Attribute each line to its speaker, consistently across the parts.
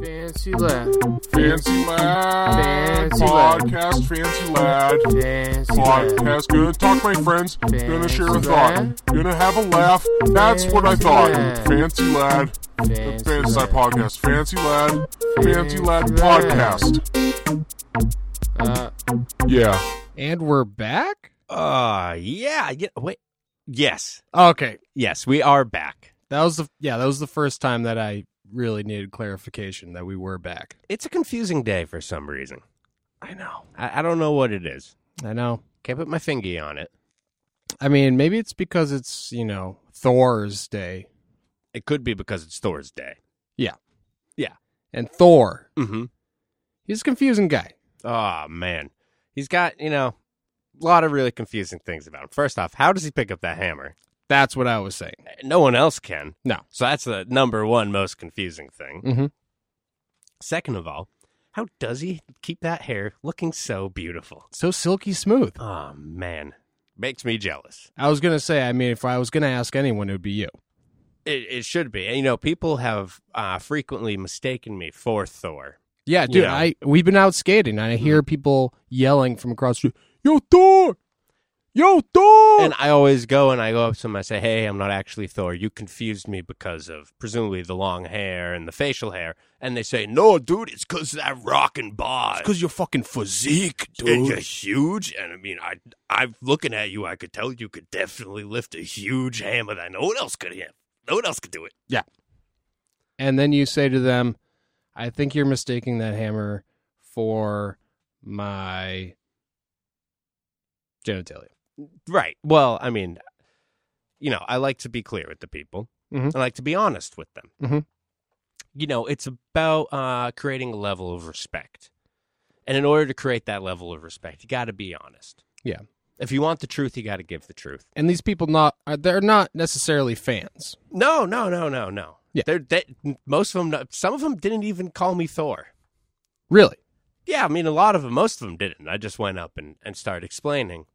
Speaker 1: Fancy lad.
Speaker 2: Fancy Lad.
Speaker 1: Fancy Lad.
Speaker 2: Podcast Fancy Lad.
Speaker 1: Fancy lad.
Speaker 2: Podcast. Gonna talk my friends. Gonna share a
Speaker 1: Fancy
Speaker 2: thought.
Speaker 1: Lad.
Speaker 2: Gonna have a laugh. That's what I
Speaker 1: Fancy
Speaker 2: thought.
Speaker 1: Lad.
Speaker 2: Fancy Lad.
Speaker 1: Fancy
Speaker 2: Fantasy
Speaker 1: lad.
Speaker 2: Lad Podcast. Fancy Lad. Fancy
Speaker 1: Fancy
Speaker 2: Lad
Speaker 1: Lad.
Speaker 2: Podcast.
Speaker 1: Uh,
Speaker 2: Yeah.
Speaker 3: And we're back?
Speaker 4: Uh yeah, yeah. Wait. Yes.
Speaker 3: Okay.
Speaker 4: Yes, we are back.
Speaker 3: That was the yeah, that was the first time that I really needed clarification that we were back.
Speaker 4: It's a confusing day for some reason. I know. I, I don't know what it is.
Speaker 3: I know.
Speaker 4: Can't put my finger on it.
Speaker 3: I mean, maybe it's because it's, you know, Thor's day
Speaker 4: It could be because it's Thor's day.
Speaker 3: and Thor.
Speaker 4: Mm-hmm.
Speaker 3: He's a confusing guy.
Speaker 4: Oh man. He's got, you know, a lot of really confusing things about him. First off, how does he pick up that hammer?
Speaker 3: That's what I was saying.
Speaker 4: No one else can.
Speaker 3: No.
Speaker 4: So that's the number one most confusing thing.
Speaker 3: Mhm.
Speaker 4: Second of all, how does he keep that hair looking so beautiful?
Speaker 3: So silky smooth.
Speaker 4: Oh man. Makes me jealous.
Speaker 3: I was going to say, I mean, if I was going to ask anyone, it would be you.
Speaker 4: It, it should be. And, you know, people have uh, frequently mistaken me for Thor.
Speaker 3: Yeah, dude,
Speaker 4: Yeah.
Speaker 3: I
Speaker 4: Mm-hmm.
Speaker 3: we've been out skating and I hear people yelling from across the street, "Yo Thor! Yo Thor!"
Speaker 4: And I always go and I go up to him. I say, "Hey, I'm not actually Thor. You confused me because of presumably the long hair and the facial hair." And they say, "No, dude, it's because of that rockin' bod.
Speaker 3: cuz your fucking physique,
Speaker 4: And you're huge, and I mean, I I'm looking at you. I could tell you could definitely lift a huge hammer that no one else could have. No one else could do it.
Speaker 3: and then you say to them, "I think you're mistaking that hammer for my genitalia."
Speaker 4: Right. Well, I mean, you know, I like to be clear with the people.
Speaker 3: Mhm.
Speaker 4: I like to be honest with them.
Speaker 3: Mhm.
Speaker 4: You know, it's about uh, creating a level of respect. And in order to create that level of respect, you got to be honest.
Speaker 3: Yeah.
Speaker 4: If you want the truth, you got to give the truth.
Speaker 3: And these people not are- they're not necessarily fans.
Speaker 4: No, no, no, no, no.
Speaker 3: Yeah.
Speaker 4: They're, they, most of them, not- some of them didn't even call me Thor.
Speaker 3: Really?
Speaker 4: Yeah, I mean, a lot of them, most of them didn't. I just went up and, and started explaining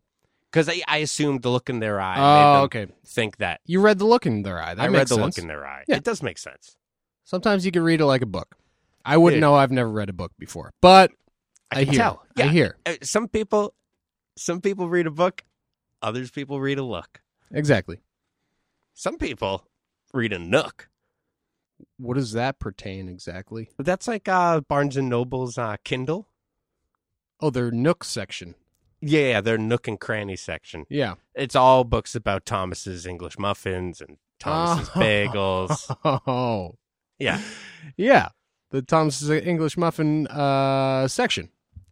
Speaker 4: because I, I assumed the look in their eye made
Speaker 3: oh,
Speaker 4: them
Speaker 3: okay.
Speaker 4: think that
Speaker 3: You read the look in their eye. That
Speaker 4: I read
Speaker 3: makes
Speaker 4: the
Speaker 3: sense.
Speaker 4: look in their eye.
Speaker 3: Yeah.
Speaker 4: It does make sense.
Speaker 3: Sometimes you can read it like a book. I wouldn't
Speaker 4: Yeah.
Speaker 3: know. I've never read a book before, but
Speaker 4: I,
Speaker 3: I,
Speaker 4: can
Speaker 3: hear.
Speaker 4: tell. Yeah.
Speaker 3: I hear
Speaker 4: Uh, Some people, some people read a book. Others people read a look.
Speaker 3: exactly.
Speaker 4: Some people read a nook.
Speaker 3: What does that pertain exactly?
Speaker 4: But that's like uh, Barnes and Noble's uh, Kindle.
Speaker 3: Oh, their Nook section.
Speaker 4: Yeah, yeah, their nook and cranny section.
Speaker 3: Yeah.
Speaker 4: It's all books about Thomas's English muffins and Thomas's
Speaker 3: Oh.
Speaker 4: bagels.
Speaker 3: Oh,
Speaker 4: Yeah.
Speaker 3: yeah. The Thomas's English Muffin uh, section.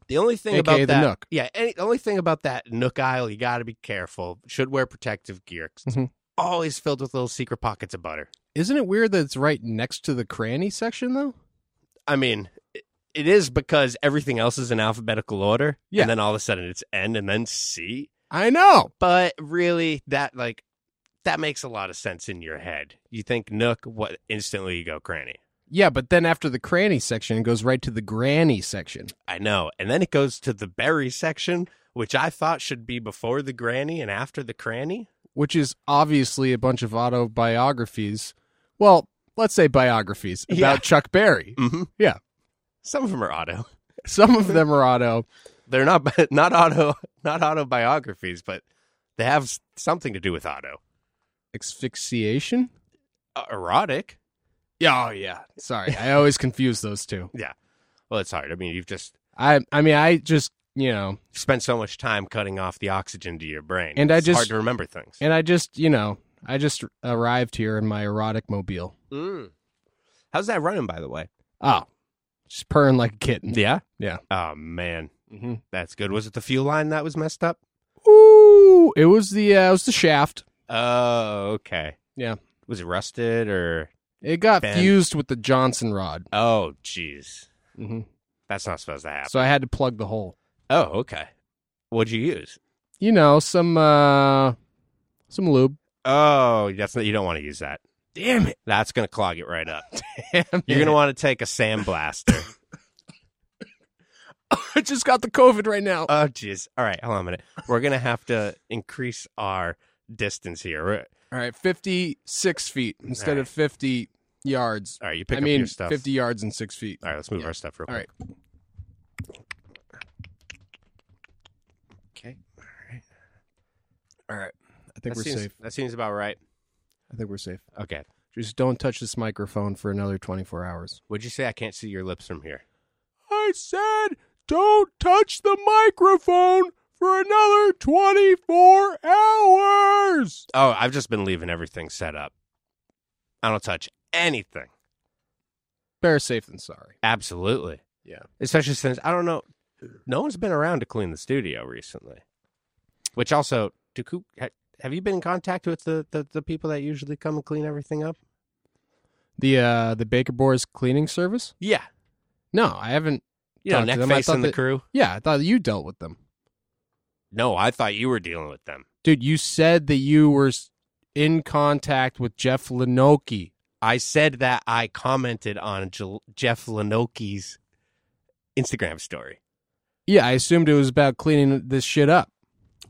Speaker 4: The only thing
Speaker 3: AKA
Speaker 4: about
Speaker 3: the
Speaker 4: that,
Speaker 3: Nook.
Speaker 4: yeah, any, the only thing about that Nook aisle, you got to be careful. Should wear protective gear. 'cause it's
Speaker 3: Mhm.
Speaker 4: Always filled with little secret pockets of butter.
Speaker 3: Isn't it weird that it's right next to the cranny section though?
Speaker 4: I mean, it, it is because everything else is in alphabetical order.
Speaker 3: Yeah.
Speaker 4: And then all of a sudden it's N and then C.
Speaker 3: I know.
Speaker 4: But really, that like that makes a lot of sense in your head. You think Nook, what instantly you go Cranny.
Speaker 3: Yeah, but then after the cranny section, it goes right to the granny section.
Speaker 4: I know. And then it goes to the berry section, which I thought should be before the granny and after the cranny.
Speaker 3: which is obviously a bunch of autobiographies. Well, let's say biographies about
Speaker 4: Yeah.
Speaker 3: Chuck Berry.
Speaker 4: Mm-hmm.
Speaker 3: Yeah.
Speaker 4: Some of them are auto.
Speaker 3: Some of them are auto.
Speaker 4: They're not not auto not autobiographies, but they have s- something to do with auto.
Speaker 3: Asphyxiation?
Speaker 4: Uh, erotic.
Speaker 3: Yeah, oh, yeah. Sorry, I always confuse those two.
Speaker 4: Well, it's hard. I mean, you've just
Speaker 3: I, I mean, I just, you know,
Speaker 4: spent so much time cutting off the oxygen to your brain.
Speaker 3: And I
Speaker 4: It's
Speaker 3: just-
Speaker 4: hard to remember things.
Speaker 3: and I just, you know, I just arrived here in my erotic mobile.
Speaker 4: Mm. How's that running, by the way?
Speaker 3: Oh, just purring like a kitten.
Speaker 4: Yeah,
Speaker 3: Yeah.
Speaker 4: Oh man,
Speaker 3: Mm-hmm.
Speaker 4: that's good. Was it the fuel line that was messed up?
Speaker 3: Ooh, it was the, uh, it was the shaft.
Speaker 4: Oh, okay.
Speaker 3: Yeah.
Speaker 4: Was it rusted or?
Speaker 3: It got
Speaker 4: Ben.
Speaker 3: fused with the Johnson rod.
Speaker 4: Oh, jeez,
Speaker 3: Mm-hmm.
Speaker 4: that's not supposed to happen.
Speaker 3: So I had to plug the hole.
Speaker 4: oh, okay. What'd you use?
Speaker 3: you know, some uh some lube.
Speaker 4: Oh, that's not. You don't want to use that.
Speaker 3: Damn it.
Speaker 4: That's gonna clog it right up.
Speaker 3: Damn
Speaker 4: You're gonna want to take a sandblaster.
Speaker 3: I just got the COVID right now.
Speaker 4: Oh, jeez. All right, hold on a minute. We're gonna have to increase our distance here. We're-
Speaker 3: All right, fifty six feet instead
Speaker 4: All right.
Speaker 3: of fifty yards.
Speaker 4: All right, you pick
Speaker 3: I
Speaker 4: up
Speaker 3: mean,
Speaker 4: your stuff.
Speaker 3: 50 yards and six feet.
Speaker 4: All right, let's move
Speaker 3: Yeah.
Speaker 4: our stuff real
Speaker 3: All right.
Speaker 4: quick. Okay.
Speaker 3: All right. I think
Speaker 4: that
Speaker 3: we're
Speaker 4: seems,
Speaker 3: safe.
Speaker 4: That seems about right.
Speaker 3: I think we're safe.
Speaker 4: Okay.
Speaker 3: Just don't touch this microphone for another 24 hours.
Speaker 4: Would you say I can't see your lips from here?
Speaker 3: I said, don't touch the microphone for another 24 hours.
Speaker 4: Oh, I've just been leaving everything set up. I don't touch anything.
Speaker 3: Better safe than sorry.
Speaker 4: Absolutely.
Speaker 3: Yeah.
Speaker 4: Especially since I don't know, no one's been around to clean the studio recently. Which also, do Coop, ha- have you been in contact with the, the, the people that usually come and clean everything up?
Speaker 3: The uh the Baker Boys cleaning service?
Speaker 4: Yeah.
Speaker 3: No, I haven't.
Speaker 4: You know,
Speaker 3: Talked to
Speaker 4: neck
Speaker 3: them. I
Speaker 4: face
Speaker 3: thought
Speaker 4: and the
Speaker 3: that-
Speaker 4: crew.
Speaker 3: Yeah, I thought you dealt with them.
Speaker 4: No, I thought you were dealing with them.
Speaker 3: Dude, you said that you were s- in contact with Jeff Lenoki.
Speaker 4: I said that I commented on Jel- Jeff Lenoki's Instagram story.
Speaker 3: Yeah, I assumed it was about cleaning this shit up.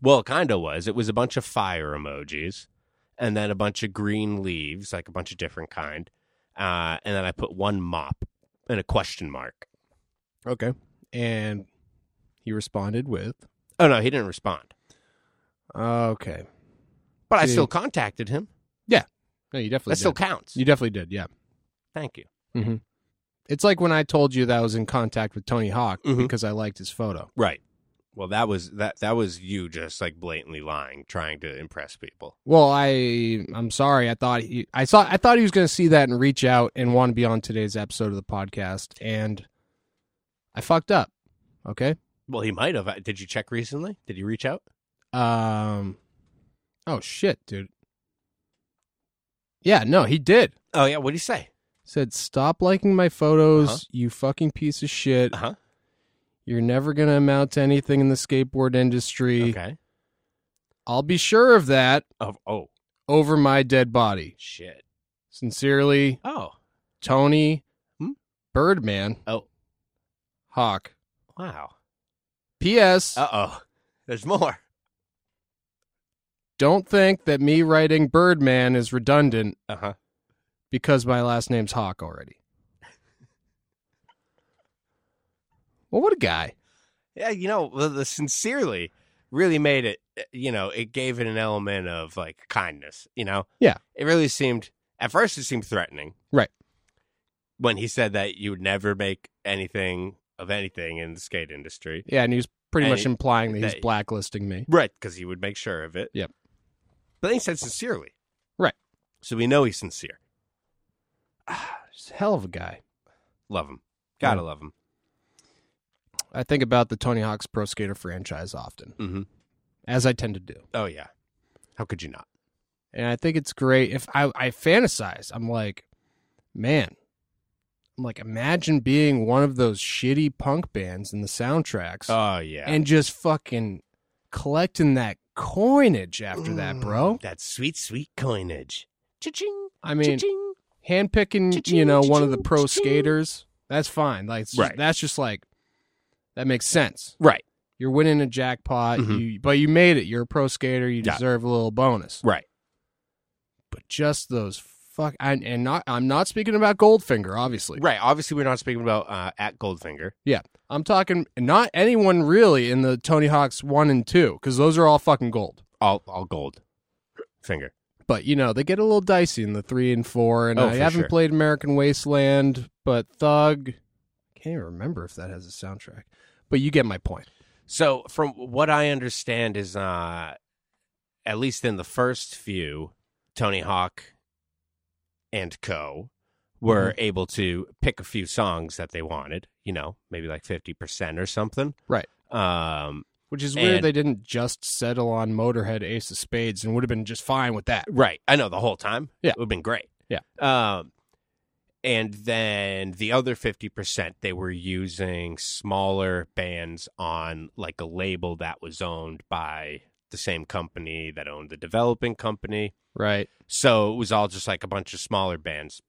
Speaker 4: Well, it kind of was. It was a bunch of fire emojis and then a bunch of green leaves, like a bunch of different kind. Uh, and then I put one mop and a question mark.
Speaker 3: Okay. And he responded with,
Speaker 4: Oh, no, he didn't respond.
Speaker 3: "Okay,
Speaker 4: But I
Speaker 3: Dude.
Speaker 4: still contacted him.
Speaker 3: no, you
Speaker 4: That
Speaker 3: definitely
Speaker 4: still
Speaker 3: did.
Speaker 4: counts.
Speaker 3: you definitely did. Yeah,
Speaker 4: Thank you.
Speaker 3: it's like when I told you that I was in contact with Tony Hawk
Speaker 4: Mhm.
Speaker 3: because I liked his photo.
Speaker 4: Right. Well, that was that that was you just like blatantly lying, trying to impress people.
Speaker 3: Well, I I'm sorry. I thought he, I saw I thought he was going to see that and reach out and want to be on today's episode of the podcast, and I fucked up. Okay.
Speaker 4: Well, he might have. Did you check recently? Did he reach out?
Speaker 3: Um. Oh shit, dude. Yeah, no, he did.
Speaker 4: Oh yeah, what did he say?
Speaker 3: Said stop liking my photos,
Speaker 4: Uh-huh.
Speaker 3: you fucking piece of shit.
Speaker 4: Uh-huh.
Speaker 3: You're never going to amount to anything in the skateboard industry.
Speaker 4: Okay.
Speaker 3: I'll be sure of that
Speaker 4: Oh, oh
Speaker 3: over my dead body.
Speaker 4: shit.
Speaker 3: Sincerely,
Speaker 4: Oh.
Speaker 3: Tony
Speaker 4: Hmm?
Speaker 3: Birdman
Speaker 4: Oh.
Speaker 3: Hawk.
Speaker 4: Wow.
Speaker 3: P.S.
Speaker 4: Uh oh. There's more.
Speaker 3: Don't think that me writing Birdman is redundant
Speaker 4: Uh huh.
Speaker 3: because my last name's Hawk already. well, what a guy.
Speaker 4: Yeah, you know, the, the sincerely really made it. eh, You know, it gave it an element of like kindness. You know.
Speaker 3: Yeah.
Speaker 4: It really seemed. At first, it seemed threatening.
Speaker 3: Right.
Speaker 4: When he said that you would never make anything of anything in the skate industry.
Speaker 3: Yeah, and he was pretty
Speaker 4: And
Speaker 3: much implying that
Speaker 4: that-
Speaker 3: he's blacklisting me.
Speaker 4: Right, because he would make sure of it.
Speaker 3: Yep.
Speaker 4: But then he said sincerely.
Speaker 3: Right.
Speaker 4: So we know he's sincere.
Speaker 3: He's a hell of a guy.
Speaker 4: Love him. Gotta love him.
Speaker 3: I think about the Tony Hawk's Pro Skater franchise often,
Speaker 4: Mm-hmm.
Speaker 3: as I tend to do.
Speaker 4: Oh yeah. How could you not?
Speaker 3: And I think it's great if I, I fantasize. I'm like, man, I'm like, imagine being one of those shitty punk bands in the soundtracks
Speaker 4: Oh yeah.
Speaker 3: and just fucking collecting that coinage after
Speaker 4: Mm.
Speaker 3: that, bro.
Speaker 4: That sweet, sweet coinage. Cha-ching.
Speaker 3: I mean,
Speaker 4: cha-ching.
Speaker 3: handpicking,
Speaker 4: Cha-ching,
Speaker 3: you know, one of the
Speaker 4: cha-ching,
Speaker 3: pro
Speaker 4: cha-ching.
Speaker 3: skaters, that's fine. Like, it's just-
Speaker 4: Right.
Speaker 3: that's just like, that makes sense.
Speaker 4: Right.
Speaker 3: You're winning a jackpot,
Speaker 4: Mhm.
Speaker 3: you, but you made it. You're a pro skater. You
Speaker 4: Yeah.
Speaker 3: deserve a little bonus.
Speaker 4: Right.
Speaker 3: But just those fuck, and, and not, I'm not speaking about Goldfinger, obviously.
Speaker 4: Right. Obviously, we're not speaking about uh, at Goldfinger.
Speaker 3: I'm talking not anyone really in the Tony Hawk's one and two because those are all fucking gold.
Speaker 4: All, all gold. Finger.
Speaker 3: But you know they get a little dicey in the three and four, and
Speaker 4: Oh,
Speaker 3: I
Speaker 4: for
Speaker 3: haven't
Speaker 4: sure.
Speaker 3: played American Wasteland, but Thug. Can't even remember if that has a soundtrack, but you get my point.
Speaker 4: So, from what I understand, is uh, at least in the first few, Tony Hawk and Co. were able to pick a few songs that they wanted. You know, maybe like fifty percent or something.
Speaker 3: Right.
Speaker 4: Um,
Speaker 3: Which is weird
Speaker 4: And-
Speaker 3: they didn't just settle on Motorhead Ace of Spades and would have been just fine with that.
Speaker 4: Right. I know the whole time.
Speaker 3: Yeah.
Speaker 4: It would have been great.
Speaker 3: Yeah.
Speaker 4: Um, and then the other 50%, they were using smaller bands on like a label that was owned by the same company that owned the developing company.
Speaker 3: Right.
Speaker 4: So it was all just like a bunch of smaller bands.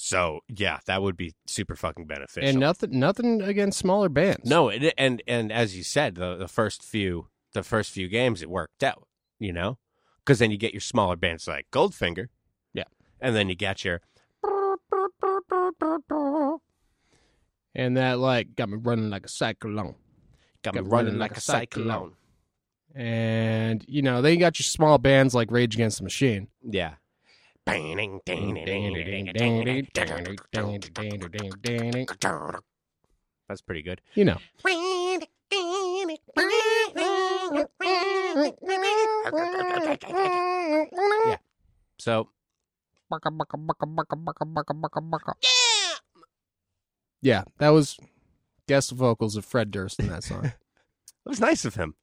Speaker 4: So yeah, that would be super fucking beneficial.
Speaker 3: And nothing nothing against smaller bands.
Speaker 4: no, it, and and as you said, the, the first few the first few games it worked out, you know, because then you get your smaller bands like Goldfinger,
Speaker 3: Yeah.
Speaker 4: and then you get your
Speaker 3: And that like got me running like a cyclone.
Speaker 4: Got me
Speaker 3: Got
Speaker 4: running like a cyclone.
Speaker 3: And you know, then you got your small bands like Rage Against the Machine.
Speaker 4: Yeah.
Speaker 3: You
Speaker 4: That's pretty good.
Speaker 3: know.
Speaker 4: So
Speaker 3: Yeah, that was guest vocals of Fred Durst in that song.
Speaker 4: it was nice of him.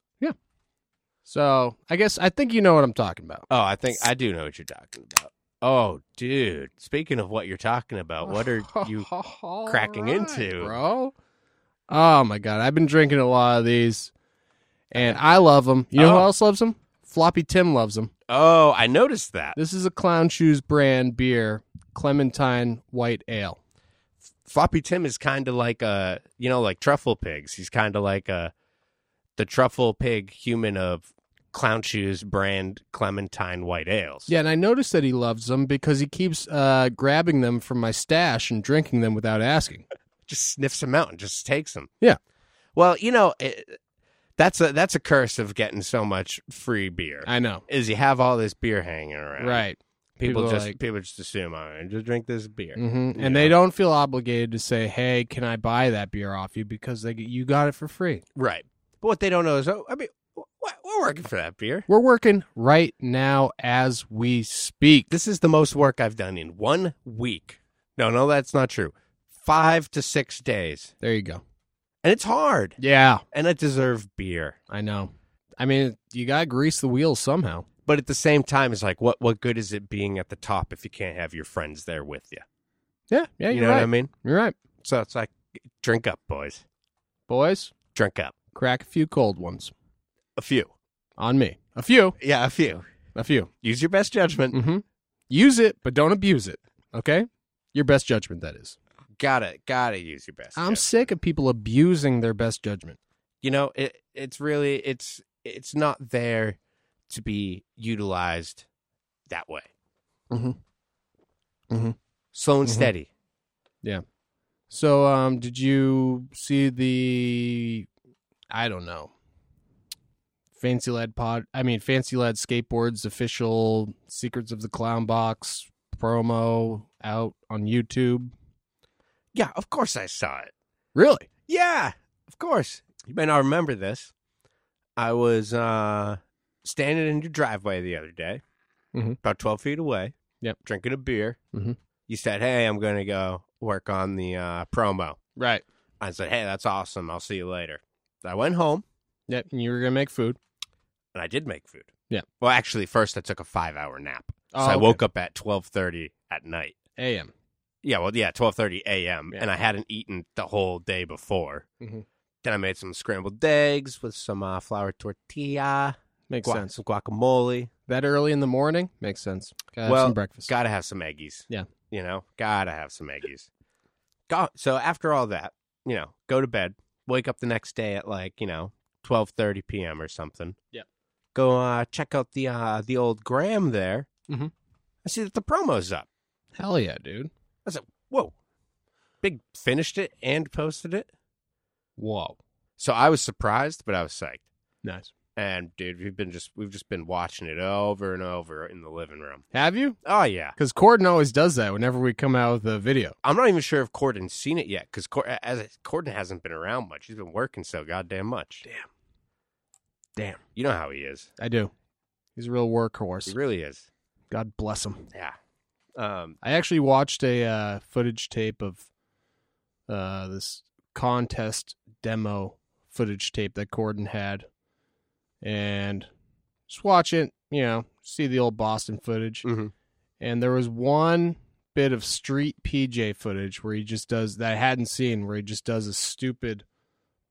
Speaker 3: so I guess I think you know what I'm talking about.
Speaker 4: Oh, I think I do know what you're talking about. Oh, dude. Speaking of what you're talking about, Uh, what are you? cracking
Speaker 3: Alright,
Speaker 4: into?
Speaker 3: bro? Oh my god, I've been drinking a lot of these, and I love them. You know who
Speaker 4: Oh.
Speaker 3: else loves them? Floppy Tim loves them.
Speaker 4: Oh, I noticed that.
Speaker 3: This is a Clown Shoes brand beer, Clementine White Ale.
Speaker 4: Floppy Tim is kind of like a, you know, like truffle pigs. He's kind of like a, the truffle pig human of Clown Shoes brand Clementine White Ales.
Speaker 3: Yeah, and I noticed that he loves them because he keeps uh, grabbing them from my stash and drinking them without asking.
Speaker 4: just sniffs them out and just takes them.
Speaker 3: Yeah.
Speaker 4: Well, you know, it, that's a that's a curse of getting so much free beer.
Speaker 3: I know,
Speaker 4: is you have all this beer hanging around.
Speaker 3: right?
Speaker 4: People,
Speaker 3: People are
Speaker 4: just
Speaker 3: like-
Speaker 4: people just assume, all right, just drink this beer.
Speaker 3: hmm
Speaker 4: Yeah.
Speaker 3: And they don't feel obligated to say, "Hey, can I buy that beer off you?" Because they you got it for free.
Speaker 4: Right. But what they don't know is, oh, I mean, wh- we're working for that beer.
Speaker 3: We're working right now as we speak.
Speaker 4: This is the most work I've done in one week. No, no, that's not true. Five to six days,
Speaker 3: There you go.
Speaker 4: and it's hard.
Speaker 3: Yeah,
Speaker 4: And I deserve beer,
Speaker 3: I know. I mean, you gotta grease the wheels somehow.
Speaker 4: but at the same time, it's like, what what good is it being at the top if you can't have your friends there with you?
Speaker 3: Yeah, yeah,
Speaker 4: you
Speaker 3: you're
Speaker 4: know
Speaker 3: right.
Speaker 4: what I mean?
Speaker 3: You're right,
Speaker 4: So it's like, drink up, boys.
Speaker 3: boys.
Speaker 4: Drink up.
Speaker 3: Crack a few cold ones
Speaker 4: A few.
Speaker 3: on me. A few,
Speaker 4: Yeah, a few.
Speaker 3: a few.
Speaker 4: Use your best judgment.
Speaker 3: Mm-hmm. Use it, but don't abuse it. Okay, your best judgment. That is.
Speaker 4: Gotta, gotta use your best.
Speaker 3: Mm-hmm. I'm
Speaker 4: judgment.
Speaker 3: sick of people abusing their best judgment.
Speaker 4: you know, it, it's really, it's, it's not there to be utilized that way.
Speaker 3: Mhm. Mhm.
Speaker 4: Slow and
Speaker 3: Mhm.
Speaker 4: steady.
Speaker 3: So, um, did you see the? I don't know. Fancy Lad Pod. I mean, Fancy Lad Skateboards official Secrets of the Clown Box promo out on YouTube.
Speaker 4: Yeah, of course I saw it.
Speaker 3: Really?
Speaker 4: Yeah, of course. You may not remember this. I was uh, standing in your driveway the other day,
Speaker 3: Mhm.
Speaker 4: about 12 feet away,
Speaker 3: Yep.
Speaker 4: drinking a beer.
Speaker 3: Mhm.
Speaker 4: You said, Hey, I'm going to go work on the uh, promo.
Speaker 3: Right.
Speaker 4: I said, Hey, that's awesome. I'll see you later. I went home
Speaker 3: Yep. And you were gonna make food.
Speaker 4: and I did make food.
Speaker 3: Yeah.
Speaker 4: Well, actually, first I took a five hour nap. So
Speaker 3: Oh,
Speaker 4: I
Speaker 3: okay.
Speaker 4: woke up at 12.30 at night.
Speaker 3: A.M.
Speaker 4: Yeah, well, yeah, twelve thirty a.m.
Speaker 3: Yeah.
Speaker 4: and I hadn't eaten the whole day before.
Speaker 3: Mhm.
Speaker 4: Then I made some scrambled eggs with some uh, flour tortilla,
Speaker 3: Makes
Speaker 4: guac-
Speaker 3: sense.
Speaker 4: some guacamole.
Speaker 3: That early in the morning makes sense. Gotta have
Speaker 4: Well,
Speaker 3: some breakfast.
Speaker 4: Got to have some eggies.
Speaker 3: Yeah.
Speaker 4: you know, gotta have some eggies. Got so after all that, you know, go to bed, wake up the next day at like you know twelve thirty p.m. or something.
Speaker 3: Yep.
Speaker 4: Go uh, check out the uh, the old gram there.
Speaker 3: Mhm.
Speaker 4: I see that the promo's up.
Speaker 3: Hell yeah, dude.
Speaker 4: Whoa, big finished it and posted it.
Speaker 3: Whoa.
Speaker 4: So I was surprised, but I was psyched.
Speaker 3: Nice.
Speaker 4: And dude, we've been just we've just been watching it over and over in the living room.
Speaker 3: Have you?
Speaker 4: Oh yeah,
Speaker 3: Because Corden always does that whenever we come out with a video.
Speaker 4: I'm not even sure if Corden's seen it yet because Cord- as it- Corden hasn't been around much. He's been working so goddamn much. Damn, damn. You know how he is.
Speaker 3: I do. He's a real workhorse.
Speaker 4: He really is.
Speaker 3: God bless him.
Speaker 4: Yeah. Um.
Speaker 3: I actually watched a uh, footage tape of uh, this contest demo footage tape that Corden had, and just watch it. You know, see the old Boston footage,
Speaker 4: mhm.
Speaker 3: and there was one bit of street PJ footage where he just does that I hadn't seen, where he just does a stupid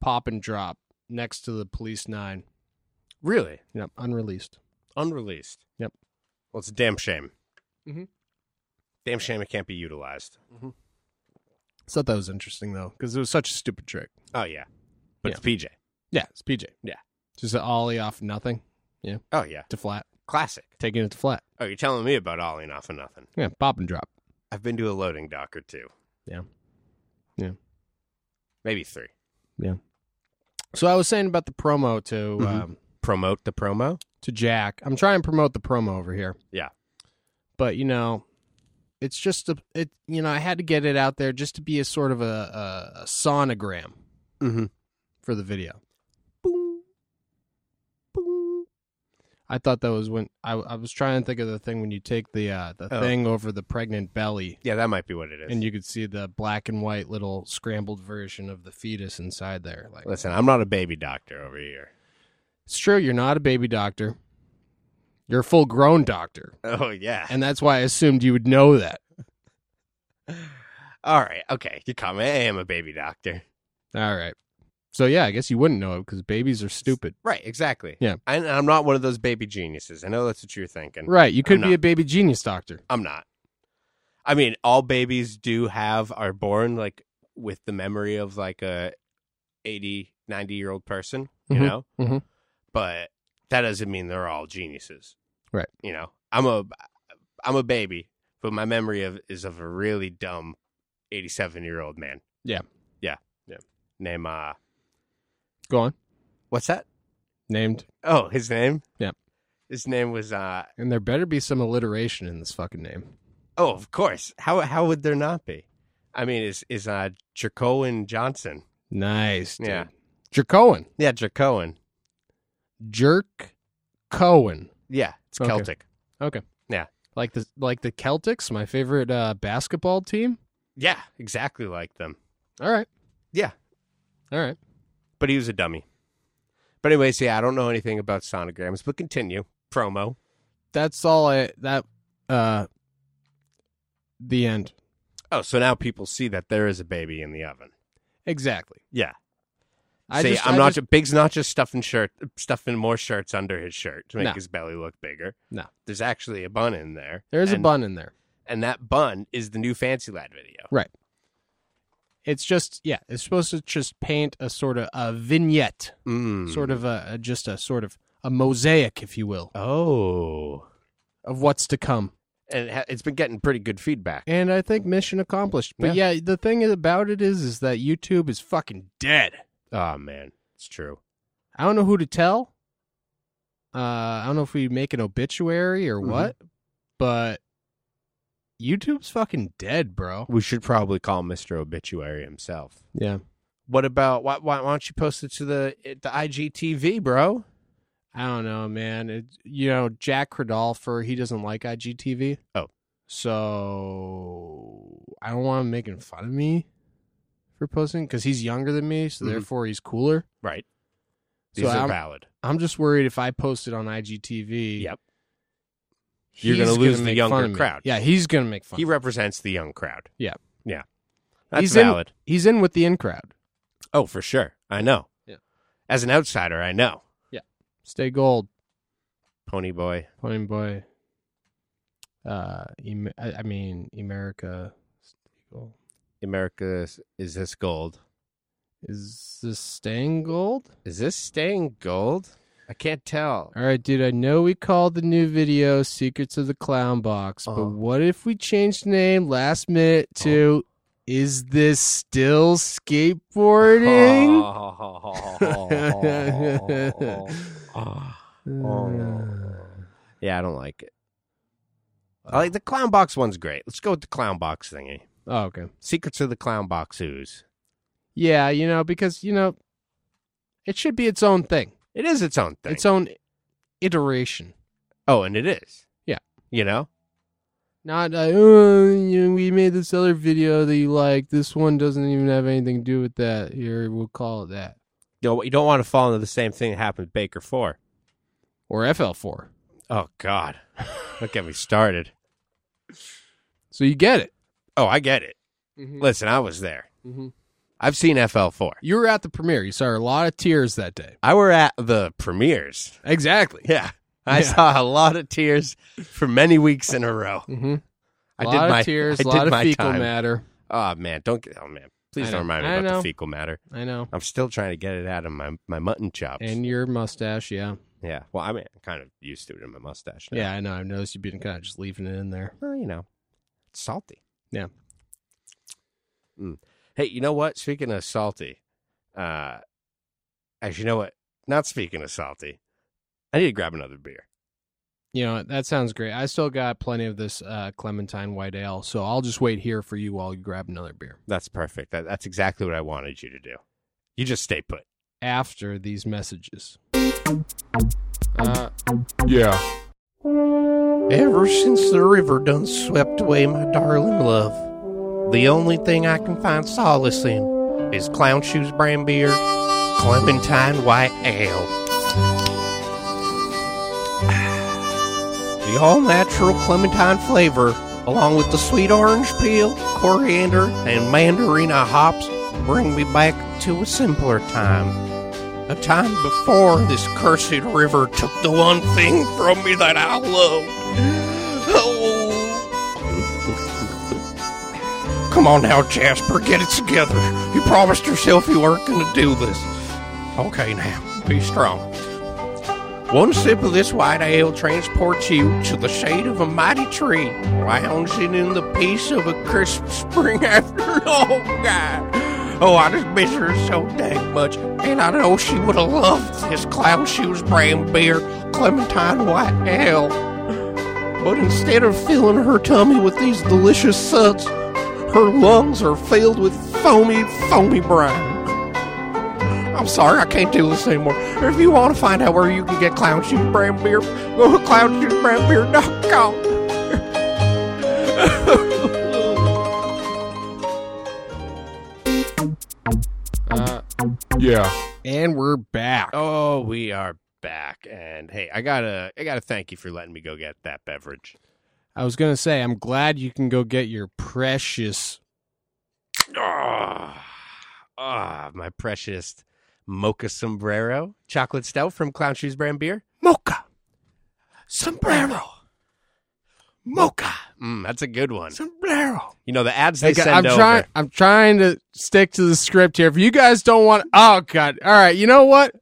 Speaker 3: pop and drop next to the Police Nine.
Speaker 4: Really
Speaker 3: Yep, unreleased.
Speaker 4: unreleased.
Speaker 3: Yep.
Speaker 4: Well, it's a damn shame. Mm-hmm.
Speaker 3: Mhm.
Speaker 4: Damn shame it can't be utilized.
Speaker 3: I thought that was interesting though, because it was such a stupid trick.
Speaker 4: Oh yeah, but
Speaker 3: Yeah.
Speaker 4: it's PJ.
Speaker 3: Yeah, it's PJ.
Speaker 4: Yeah.
Speaker 3: just an ollie off nothing
Speaker 4: Oh yeah,
Speaker 3: to flat.
Speaker 4: classic.
Speaker 3: taking it to flat.
Speaker 4: Oh, you're telling me about ollieing off of nothing.
Speaker 3: Yeah, pop and drop.
Speaker 4: I've been to a loading dock or two.
Speaker 3: Yeah. Yeah.
Speaker 4: Maybe three.
Speaker 3: So I was saying about the promo to
Speaker 4: Mhm.
Speaker 3: um,
Speaker 4: Promote the promo.
Speaker 3: to Jack. I'm trying to promote the promo over here.
Speaker 4: Yeah.
Speaker 3: But you know, it's just a it. You know, I had to get it out there just to be a sort of a, a, a sonogram
Speaker 4: Mm-hmm.
Speaker 3: for the video. Boom. Boom. I thought that was when I, I was trying to think of the thing when you take the uh, the
Speaker 4: Oh.
Speaker 3: thing over the pregnant belly
Speaker 4: Yeah, that might be what it is.
Speaker 3: and you could see the black and white little scrambled version of the fetus inside there. Like
Speaker 4: Listen, I'm not a baby doctor over here.
Speaker 3: it's true, you're not a baby doctor. You're a full grown doctor.
Speaker 4: Oh yeah.
Speaker 3: And that's why I assumed you would know that.
Speaker 4: All right. Okay. You come. I am a baby doctor.
Speaker 3: All right. So yeah, I guess you wouldn't know it because babies are stupid.
Speaker 4: Right. Exactly.
Speaker 3: Yeah.
Speaker 4: I, I'm not one of those baby geniuses. I know that's what you're thinking.
Speaker 3: Right. You could
Speaker 4: I'm
Speaker 3: be
Speaker 4: not.
Speaker 3: a baby genius doctor.
Speaker 4: I'm not. I mean, all babies do have are born like with the memory of like a 80, 90 year old person, you
Speaker 3: Mhm,
Speaker 4: know?
Speaker 3: mhm.
Speaker 4: But that doesn't mean they're all geniuses.
Speaker 3: Right.
Speaker 4: You know, I'm a I'm a baby, but my memory of is of a really dumb 87 year old man.
Speaker 3: Yeah.
Speaker 4: Yeah.
Speaker 3: Yeah.
Speaker 4: Name uh
Speaker 3: Go on.
Speaker 4: what's that?
Speaker 3: Named.
Speaker 4: Oh, his name?
Speaker 3: Yeah.
Speaker 4: His name was uh
Speaker 3: And there better be some alliteration in this fucking name.
Speaker 4: Oh, of course. How how would there not be? I mean, is is uh Jacoan Johnson?
Speaker 3: Nice. Dude.
Speaker 4: Yeah.
Speaker 3: Jerk Cohen.
Speaker 4: Yeah, Jacoan.
Speaker 3: Jerk Cohen.
Speaker 4: Yeah, it's
Speaker 3: Okay.
Speaker 4: Celtic.
Speaker 3: Like the like the Celtics, my favorite uh, basketball team.
Speaker 4: Yeah, exactly like them.
Speaker 3: All right.
Speaker 4: Yeah.
Speaker 3: All right.
Speaker 4: But he was a dummy. But anyways, yeah, I don't know anything about sonograms, but continue. Promo.
Speaker 3: That's all I that uh the end.
Speaker 4: Oh, so now people see that there is a baby in the oven.
Speaker 3: Exactly.
Speaker 4: Yeah.
Speaker 3: I
Speaker 4: see,
Speaker 3: just,
Speaker 4: I'm
Speaker 3: I
Speaker 4: not
Speaker 3: just-
Speaker 4: ju- Big's not just stuffing shirt stuffing more shirts under his shirt to make
Speaker 3: No.
Speaker 4: his belly look bigger.
Speaker 3: No.
Speaker 4: There's actually a bun in there.
Speaker 3: There's a
Speaker 4: and-
Speaker 3: bun in there.
Speaker 4: And that bun is the new Fancy Lad video.
Speaker 3: It's just yeah, it's supposed to just paint a sort of a vignette,
Speaker 4: Mm.
Speaker 3: sort of a, a just a sort of a mosaic, if you will,
Speaker 4: Oh.
Speaker 3: of what's to come.
Speaker 4: And it ha- it's been getting pretty good feedback.
Speaker 3: And I think mission accomplished. But yeah, the thing about it is is that YouTube is fucking dead.
Speaker 4: Oh, man. It's true.
Speaker 3: I don't know who to tell. Uh, I don't know if we make an obituary or
Speaker 4: Mhm.
Speaker 3: what, but YouTube's fucking dead, bro.
Speaker 4: We should probably call Mr. Obituary himself.
Speaker 3: Yeah.
Speaker 4: What about why, why, why don't you post it to the it- the IGTV, bro?
Speaker 3: I don't know, man. It, you know, Jack Cradolfer, he doesn't like IGTV.
Speaker 4: Oh.
Speaker 3: So I don't want him making fun of me for posting because he's younger than me, so
Speaker 4: Mhm.
Speaker 3: therefore he's cooler.
Speaker 4: Right.
Speaker 3: So
Speaker 4: These are
Speaker 3: I'm-
Speaker 4: valid.
Speaker 3: I'm just worried if I post it on IGTV.
Speaker 4: Yep. You're
Speaker 3: he's
Speaker 4: gonna lose the
Speaker 3: make
Speaker 4: younger
Speaker 3: fun of me.
Speaker 4: crowd.
Speaker 3: Yeah, he's gonna make fun.
Speaker 4: He
Speaker 3: of me.
Speaker 4: represents the young crowd.
Speaker 3: Yeah.
Speaker 4: Yeah. That's
Speaker 3: He's in-
Speaker 4: valid.
Speaker 3: He's in with the in crowd.
Speaker 4: Oh, for sure. I know.
Speaker 3: Yeah.
Speaker 4: As an outsider, I know.
Speaker 3: Stay gold.
Speaker 4: Pony boy.
Speaker 3: Pony Boy. Uh, Em- I I mean, America Eagle.
Speaker 4: America is, is this gold?
Speaker 3: Is this staying gold?
Speaker 4: Is this staying gold? I can't tell.
Speaker 3: All right, dude. I know we called the new video "Secrets of the Clown Box,"
Speaker 4: Uh-huh.
Speaker 3: but what if we changed the name last minute to "Is this still skateboarding?"
Speaker 4: yeah, I don't like it. I like the clown box one's great. Let's go with the clown box thingy.
Speaker 3: oh, okay.
Speaker 4: Secrets of the clown box ooze.
Speaker 3: Yeah, you know, because you know, it should be its own thing,
Speaker 4: It is its own thing.
Speaker 3: its own iteration.
Speaker 4: oh, and it is.
Speaker 3: Yeah.
Speaker 4: You know?
Speaker 3: Not uh, oh, you know, we made this other video that you like. This one doesn't even have anything to do with that. Here, we'll call it that.
Speaker 4: You, know, you don't want to fall into the same thing that happened with Baker 4.
Speaker 3: Or FL4.
Speaker 4: Oh, God. Look get me started.
Speaker 3: So you get it.
Speaker 4: Oh, I get it.
Speaker 3: Mm-hmm.
Speaker 4: Listen, I was there.
Speaker 3: Mhm.
Speaker 4: I've seen FL4.
Speaker 3: You were at the premiere. You saw a lot of tears that day.
Speaker 4: I were at the premieres.
Speaker 3: Exactly.
Speaker 4: Yeah. I
Speaker 3: Yeah.
Speaker 4: saw a lot of tears for many weeks in a row.
Speaker 3: Mm-hmm.
Speaker 4: I
Speaker 3: lot
Speaker 4: did
Speaker 3: of
Speaker 4: my
Speaker 3: tears,
Speaker 4: I
Speaker 3: a lot
Speaker 4: did
Speaker 3: of
Speaker 4: my
Speaker 3: fecal
Speaker 4: time.
Speaker 3: matter.
Speaker 4: Oh man, don't get oh man.
Speaker 3: I
Speaker 4: Please don't
Speaker 3: know.
Speaker 4: remind me
Speaker 3: I
Speaker 4: about
Speaker 3: know.
Speaker 4: the fecal matter.
Speaker 3: I know.
Speaker 4: I'm still trying to get it out of my, my mutton chops.
Speaker 3: And your mustache, yeah.
Speaker 4: yeah. Well, I mean, I'm kind of used to it in my mustache. now.
Speaker 3: Yeah, I know. I've noticed you've been kind of just leaving it in there.
Speaker 4: Well, you know, it's salty.
Speaker 3: Yeah.
Speaker 4: Mm. Hey, you know what? Speaking of salty, uh, as you know what? Not speaking of salty, I need to grab another beer.
Speaker 3: You know, that sounds great. I still got plenty of this uh, Clementine White Ale, so I'll just wait here for you while you grab another beer.
Speaker 4: That's perfect. That, that's exactly what I wanted you to do. You just stay put.
Speaker 3: After these messages.
Speaker 1: uh,
Speaker 2: Yeah.
Speaker 5: Ever since the river done swept away my darling love, the only thing I can find solace in is Clown Shoes brand beer, Clementine White Ale. The all natural Clementine flavor, along with the sweet orange peel, coriander, and mandarina hops, bring me back to a simpler time. A time before this cursed river took the one thing from me that I loved. Oh. Come on now, Jasper, get it together. You promised yourself you weren't going to do this. Okay, now, be strong. One sip of this white ale transports you to the shade of a mighty tree, lounging in the peace of a crisp spring afternoon. Oh, God. Oh, I just miss her so dang much. And I know she would have loved this clown shoes brand beer, Clementine White Ale. But instead of filling her tummy with these delicious suds, her lungs are filled with foamy, foamy brine. I'm sorry, I can't do this anymore. If you want to find out where you can get clown shoes brand beer, go to clownshoesbrandbeer.com.
Speaker 1: uh,
Speaker 2: Yeah.
Speaker 3: And we're back.
Speaker 4: Oh, we are back, and hey, I gotta, I gotta thank you for letting me go get that beverage.
Speaker 3: I was going to say, I'm glad you can go get your precious.
Speaker 4: Ah, ah, my precious mocha sombrero chocolate stout from Clown Shoes Brand Beer.
Speaker 5: Mocha. Sombrero. Mocha.
Speaker 4: Mm, that's a good one.
Speaker 5: Sombrero.
Speaker 4: You know the ads they
Speaker 3: Okay,
Speaker 4: send
Speaker 3: I'm
Speaker 4: over.
Speaker 3: trying. I'm trying to stick to the script here. If you guys don't want, oh god, all right. You know what?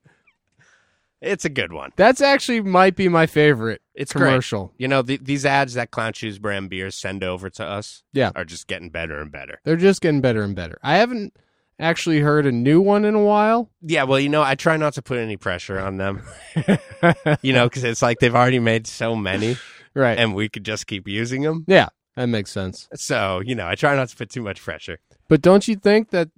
Speaker 4: It's a good one.
Speaker 3: That's actually might be my favorite
Speaker 4: It's great.
Speaker 3: commercial.
Speaker 4: You know the, these ads that Clown Shoes Brand Beer send over to us.
Speaker 3: Yeah.
Speaker 4: are just getting better and better.
Speaker 3: They're just getting better and better. I haven't actually heard a new one in a while.
Speaker 4: Yeah, well, you know, I try not to put any pressure on them. you know, because it's like they've already made so many,
Speaker 3: Right.
Speaker 4: and we could just keep using them.
Speaker 3: yeah, that makes sense.
Speaker 4: So you know, I try not to put too much pressure.
Speaker 3: But don't you think that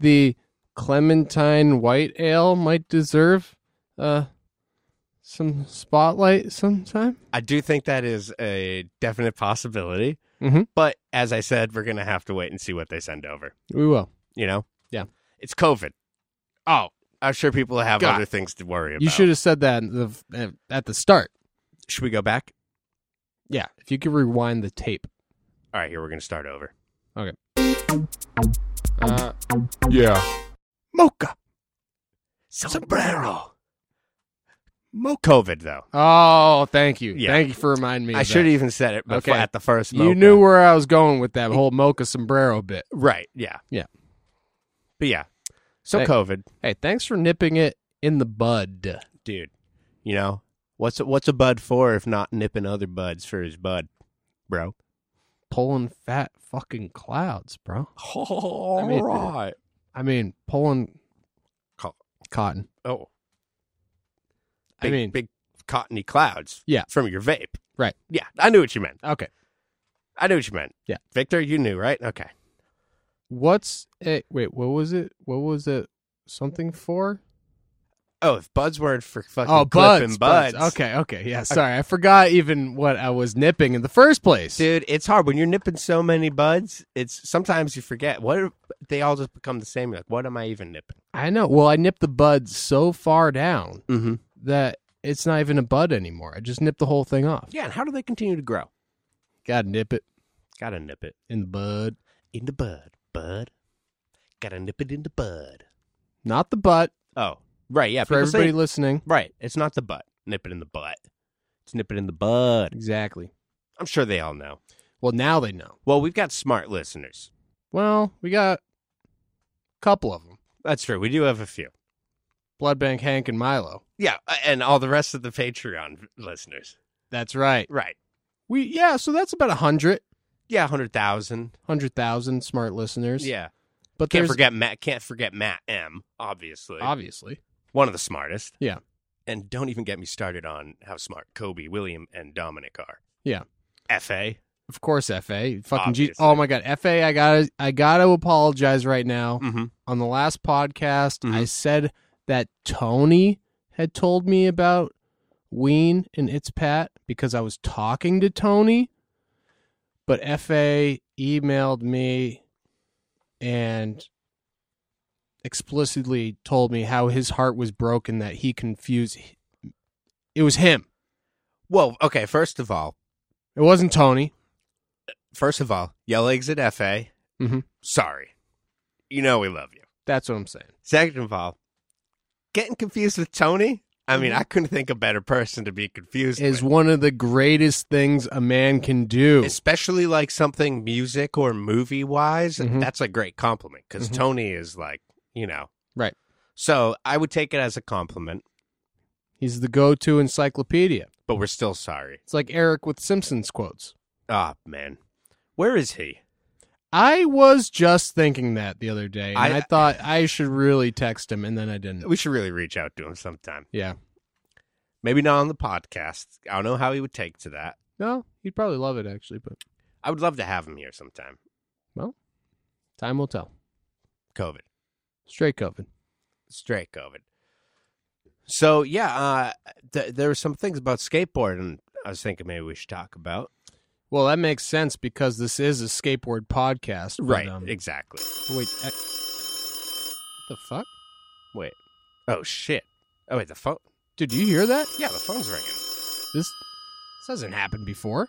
Speaker 3: the Clementine White Ale might deserve uh some spotlight sometime?
Speaker 4: I do think that is a definite possibility.
Speaker 3: Mhm.
Speaker 4: But as I said, we're going to have to wait and see what they send over,
Speaker 3: We will.
Speaker 4: you know?
Speaker 3: Yeah.
Speaker 4: It's COVID. Oh, I'm sure people have
Speaker 3: God.
Speaker 4: other things to worry about.
Speaker 3: You should have said that in the, at the start.
Speaker 4: Should we go back?
Speaker 3: Yeah, if you could rewind the tape.
Speaker 4: All right, here we're going to start over.
Speaker 1: uh,
Speaker 2: Yeah.
Speaker 5: Mocha.
Speaker 4: Sombrero. Mo COVID though.
Speaker 3: Oh, thank you.
Speaker 4: Yeah.
Speaker 3: Thank you for reminding me.
Speaker 4: I
Speaker 3: of
Speaker 4: should
Speaker 3: that.
Speaker 4: have even said it
Speaker 3: Okay.
Speaker 4: before at the first
Speaker 3: You
Speaker 4: mocha.
Speaker 3: knew where I was going with that whole mocha sombrero bit.
Speaker 4: right, yeah.
Speaker 3: Yeah.
Speaker 4: But yeah. So
Speaker 3: Hey.
Speaker 4: COVID,
Speaker 3: Hey, thanks for nipping it in the bud.
Speaker 4: dude. You know, what's a, what's a bud for if not nipping other buds for his bud, bro?
Speaker 3: Pulling fat fucking clouds, bro.
Speaker 4: All right.
Speaker 3: I mean- I mean, pulling
Speaker 4: Co-
Speaker 3: cotton.
Speaker 4: Oh.
Speaker 3: I
Speaker 4: Big,
Speaker 3: mean-
Speaker 4: big cottony clouds.
Speaker 3: Yeah.
Speaker 4: From your vape.
Speaker 3: Right.
Speaker 4: Yeah. I knew what you meant.
Speaker 3: Okay.
Speaker 4: I knew what you meant.
Speaker 3: Yeah.
Speaker 4: Victor, you knew, right? Okay.
Speaker 3: What's it? Wait, what was it? What was it? Something for?
Speaker 4: Oh, if buds weren't for fucking
Speaker 3: Oh, buds,
Speaker 4: clipping buds.
Speaker 3: Okay, okay, yeah. Sorry, I forgot even what I was nipping in the first place.
Speaker 4: Dude, it's hard when you're nipping so many buds. It's sometimes you forget what if they all just become the same. You're like, what am I even nipping?
Speaker 3: I know. Well, I nipped the bud so far down
Speaker 4: Mm-hmm.
Speaker 3: that it's not even a bud anymore. I just nipped the whole thing off.
Speaker 4: Yeah, and how do they continue to grow?
Speaker 3: Gotta nip it
Speaker 4: Gotta nip it
Speaker 3: in the bud,
Speaker 4: in the bud, bud. Gotta nip it in the bud.
Speaker 3: not the butt.
Speaker 4: Oh, right, yeah.
Speaker 3: for
Speaker 4: people say-
Speaker 3: everybody listening,
Speaker 4: Right. It's not the butt. Nip it in the butt. It's nip it in the bud.
Speaker 3: exactly.
Speaker 4: I'm sure they all know.
Speaker 3: Well, now they know.
Speaker 4: Well, we've got smart listeners.
Speaker 3: Well, we got a couple of them.
Speaker 4: That's true. We do have a few.
Speaker 3: Blood Bank Hank and Milo.
Speaker 4: Yeah, and all the rest of the Patreon listeners.
Speaker 3: That's right.
Speaker 4: Right.
Speaker 3: We yeah, so that's about a hundred.
Speaker 4: Yeah, 100,000.
Speaker 3: Hundred thousand smart listeners.
Speaker 4: Yeah.
Speaker 3: But
Speaker 4: Can't
Speaker 3: there's
Speaker 4: forget Matt. Can't forget Matt M. Obviously,
Speaker 3: obviously
Speaker 4: one of the smartest.
Speaker 3: Yeah.
Speaker 4: And don't even get me started on how smart Kobe, William, and Dominic are.
Speaker 3: Yeah.
Speaker 4: Fa.
Speaker 3: Of course, FA. Fucking G-
Speaker 4: Obviously.
Speaker 3: Oh my god, FA. I got. to I got to apologize right now.
Speaker 4: Mhm.
Speaker 3: On the last podcast,
Speaker 4: Mhm.
Speaker 3: I said that Tony had told me about Ween and It's Pat because I was talking to Tony, but FA emailed me and explicitly told me how his heart was broken that he confused. It was him.
Speaker 4: Well, okay. First of all,
Speaker 3: It wasn't Tony.
Speaker 4: first of all, yell exit Fa.
Speaker 3: Mhm.
Speaker 4: Sorry, you know we love you.
Speaker 3: That's what I'm saying.
Speaker 4: Second of all, getting confused with Tony. I mean, I couldn't think of a better person to be confused
Speaker 3: Mm-hmm. is
Speaker 4: with.
Speaker 3: one of the greatest things a man can do.
Speaker 4: Especially like something music or movie wise,
Speaker 3: Mhm.
Speaker 4: that's a great compliment because
Speaker 3: Mhm.
Speaker 4: Tony is like, you know.
Speaker 3: Right.
Speaker 4: So I would take it as a compliment,
Speaker 3: He's the go-to encyclopedia.
Speaker 4: but we're still sorry.
Speaker 3: It's like Eric with Simpsons quotes.
Speaker 4: Ah, man. Where is he?
Speaker 3: I was just thinking that the other day, and I,
Speaker 4: I-
Speaker 3: thought I should really text him, and then I didn't.
Speaker 4: We should really reach out to him sometime.
Speaker 3: Yeah,
Speaker 4: Maybe not on the podcast. I don't know how he would take to that.
Speaker 3: no, he'd probably love it actually, but
Speaker 4: I would love to have him here sometime.
Speaker 3: time will tell.
Speaker 4: COVID.
Speaker 3: Straight COVID.
Speaker 4: straight COVID. So yeah, uh, th- there were some things about skateboarding. I was thinking maybe we should talk about.
Speaker 3: Well, that makes sense because this is a skateboard podcast, but, um,
Speaker 4: exactly.
Speaker 3: wait, I- what the fuck,
Speaker 4: Wait. Oh shit. Oh wait, the phone.
Speaker 3: did you hear that?
Speaker 4: Yeah, the phone's ringing.
Speaker 3: This this hasn't happened before.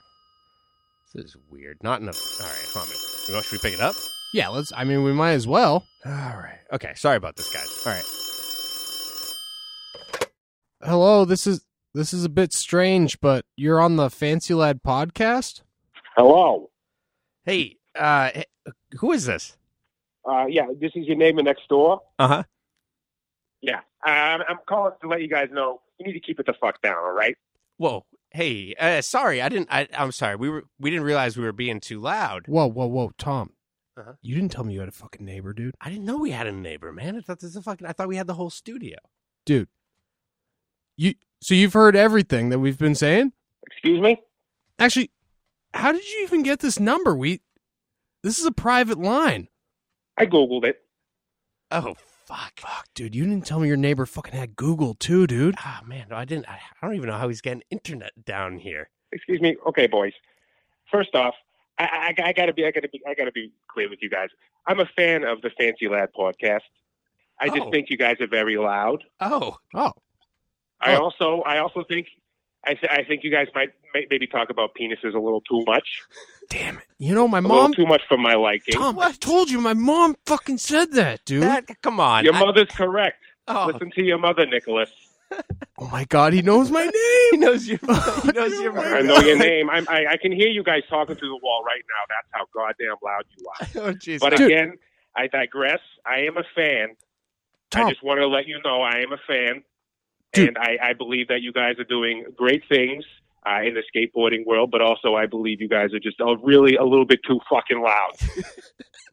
Speaker 4: This is weird. Not enough. All right, hold on. a minute. Well, should we pick it up?
Speaker 3: Yeah, let's. I mean, we might as well.
Speaker 4: All right. Okay. Sorry about this, guys. All right.
Speaker 3: hello this is this is a bit strange but you're on the fancy lad podcast
Speaker 6: Hello.
Speaker 4: Hey, uh, h- who is this?
Speaker 6: Uh, yeah, this is your neighbor next door.
Speaker 4: Uh huh.
Speaker 6: Yeah, um, I'm calling to let you guys know you need to keep it the fuck down. All right.
Speaker 4: Whoa. Hey. Uh, sorry. I didn't. I, I'm sorry. We were. We didn't realize we were being too loud.
Speaker 3: whoa whoa whoa tom
Speaker 4: Uh-huh.
Speaker 3: you didn't tell me you had a fucking neighbor dude
Speaker 4: I didn't know we had a neighbor, man. I thought this is a fucking. I thought we had the whole studio.
Speaker 3: dude you so you've heard everything that we've been saying
Speaker 6: Excuse me.
Speaker 3: actually how did you even get this number we this is a private line
Speaker 6: I googled it.
Speaker 4: Oh fuck.
Speaker 3: fuck dude you didn't tell me your neighbor fucking had google too dude
Speaker 4: Ah man, I didn't. I I don't even know how he's getting internet down here.
Speaker 6: Excuse me. Okay, boys. First off, I, I, I gotta be, I gotta be, I gotta be clear with you guys. I'm a fan of the Fancy Lad podcast. I just
Speaker 4: Oh.
Speaker 6: think you guys are very loud.
Speaker 4: Oh,
Speaker 3: oh
Speaker 6: I
Speaker 5: Oh.
Speaker 6: also, I also think, I, th- I think you guys might may- maybe talk about penises a little too much,
Speaker 3: damn it you know my
Speaker 6: a
Speaker 3: mom
Speaker 6: little too much for my liking.
Speaker 3: tom i told you my mom fucking said that dude
Speaker 4: that come on.
Speaker 6: Your
Speaker 4: I-
Speaker 6: mother's correct.
Speaker 4: oh,
Speaker 6: Listen to your mother, Nicholas.
Speaker 3: oh my god he knows my name
Speaker 4: he knows your. He knows your.
Speaker 6: I know your name. I'm, I, I can hear you guys talking through the wall right now. That's how goddamn loud you are.
Speaker 4: Oh jeez.
Speaker 6: But
Speaker 3: Dude.
Speaker 6: again, I digress. I am a fan.
Speaker 3: Tom.
Speaker 6: I just want to let you know I am a fan,
Speaker 3: Dude.
Speaker 6: and I, I believe that you guys are doing great things uh, in the skateboarding world. But also, I believe you guys are just uh, really a little bit too fucking loud.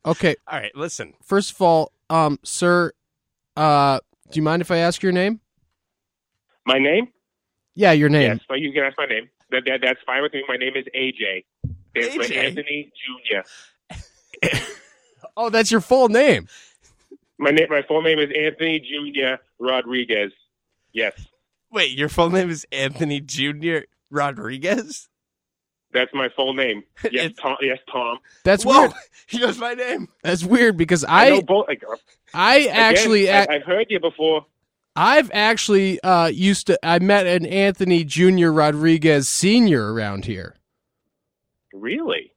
Speaker 3: okay
Speaker 4: All right, listen.
Speaker 3: first of all, um, sir, uh, do you mind if I ask your name?
Speaker 6: My name?
Speaker 3: Yeah, your name.
Speaker 6: Yes, but you can ask my name. That, that, that's fine with me. My name is AJ. That's for
Speaker 4: AJ?
Speaker 6: Anthony Jr.
Speaker 3: Oh, that's your full name.
Speaker 6: My name, my full name is Anthony Jr. Rodriguez. Yes,
Speaker 4: Wait, your full name is Anthony Junior Rodriguez.
Speaker 6: that's my full name. Yes,
Speaker 4: It's-
Speaker 6: Tom. Yes, Tom.
Speaker 3: That's
Speaker 4: Whoa,
Speaker 3: weird.
Speaker 4: he knows my name.
Speaker 3: That's weird because
Speaker 6: I,
Speaker 3: I
Speaker 6: know both. Like, uh,
Speaker 3: I
Speaker 6: again,
Speaker 3: actually
Speaker 6: I,
Speaker 3: ac
Speaker 6: I've heard you before.
Speaker 3: I've actually uh used to I met an Anthony Junior Rodriguez Senior around here.
Speaker 6: Really?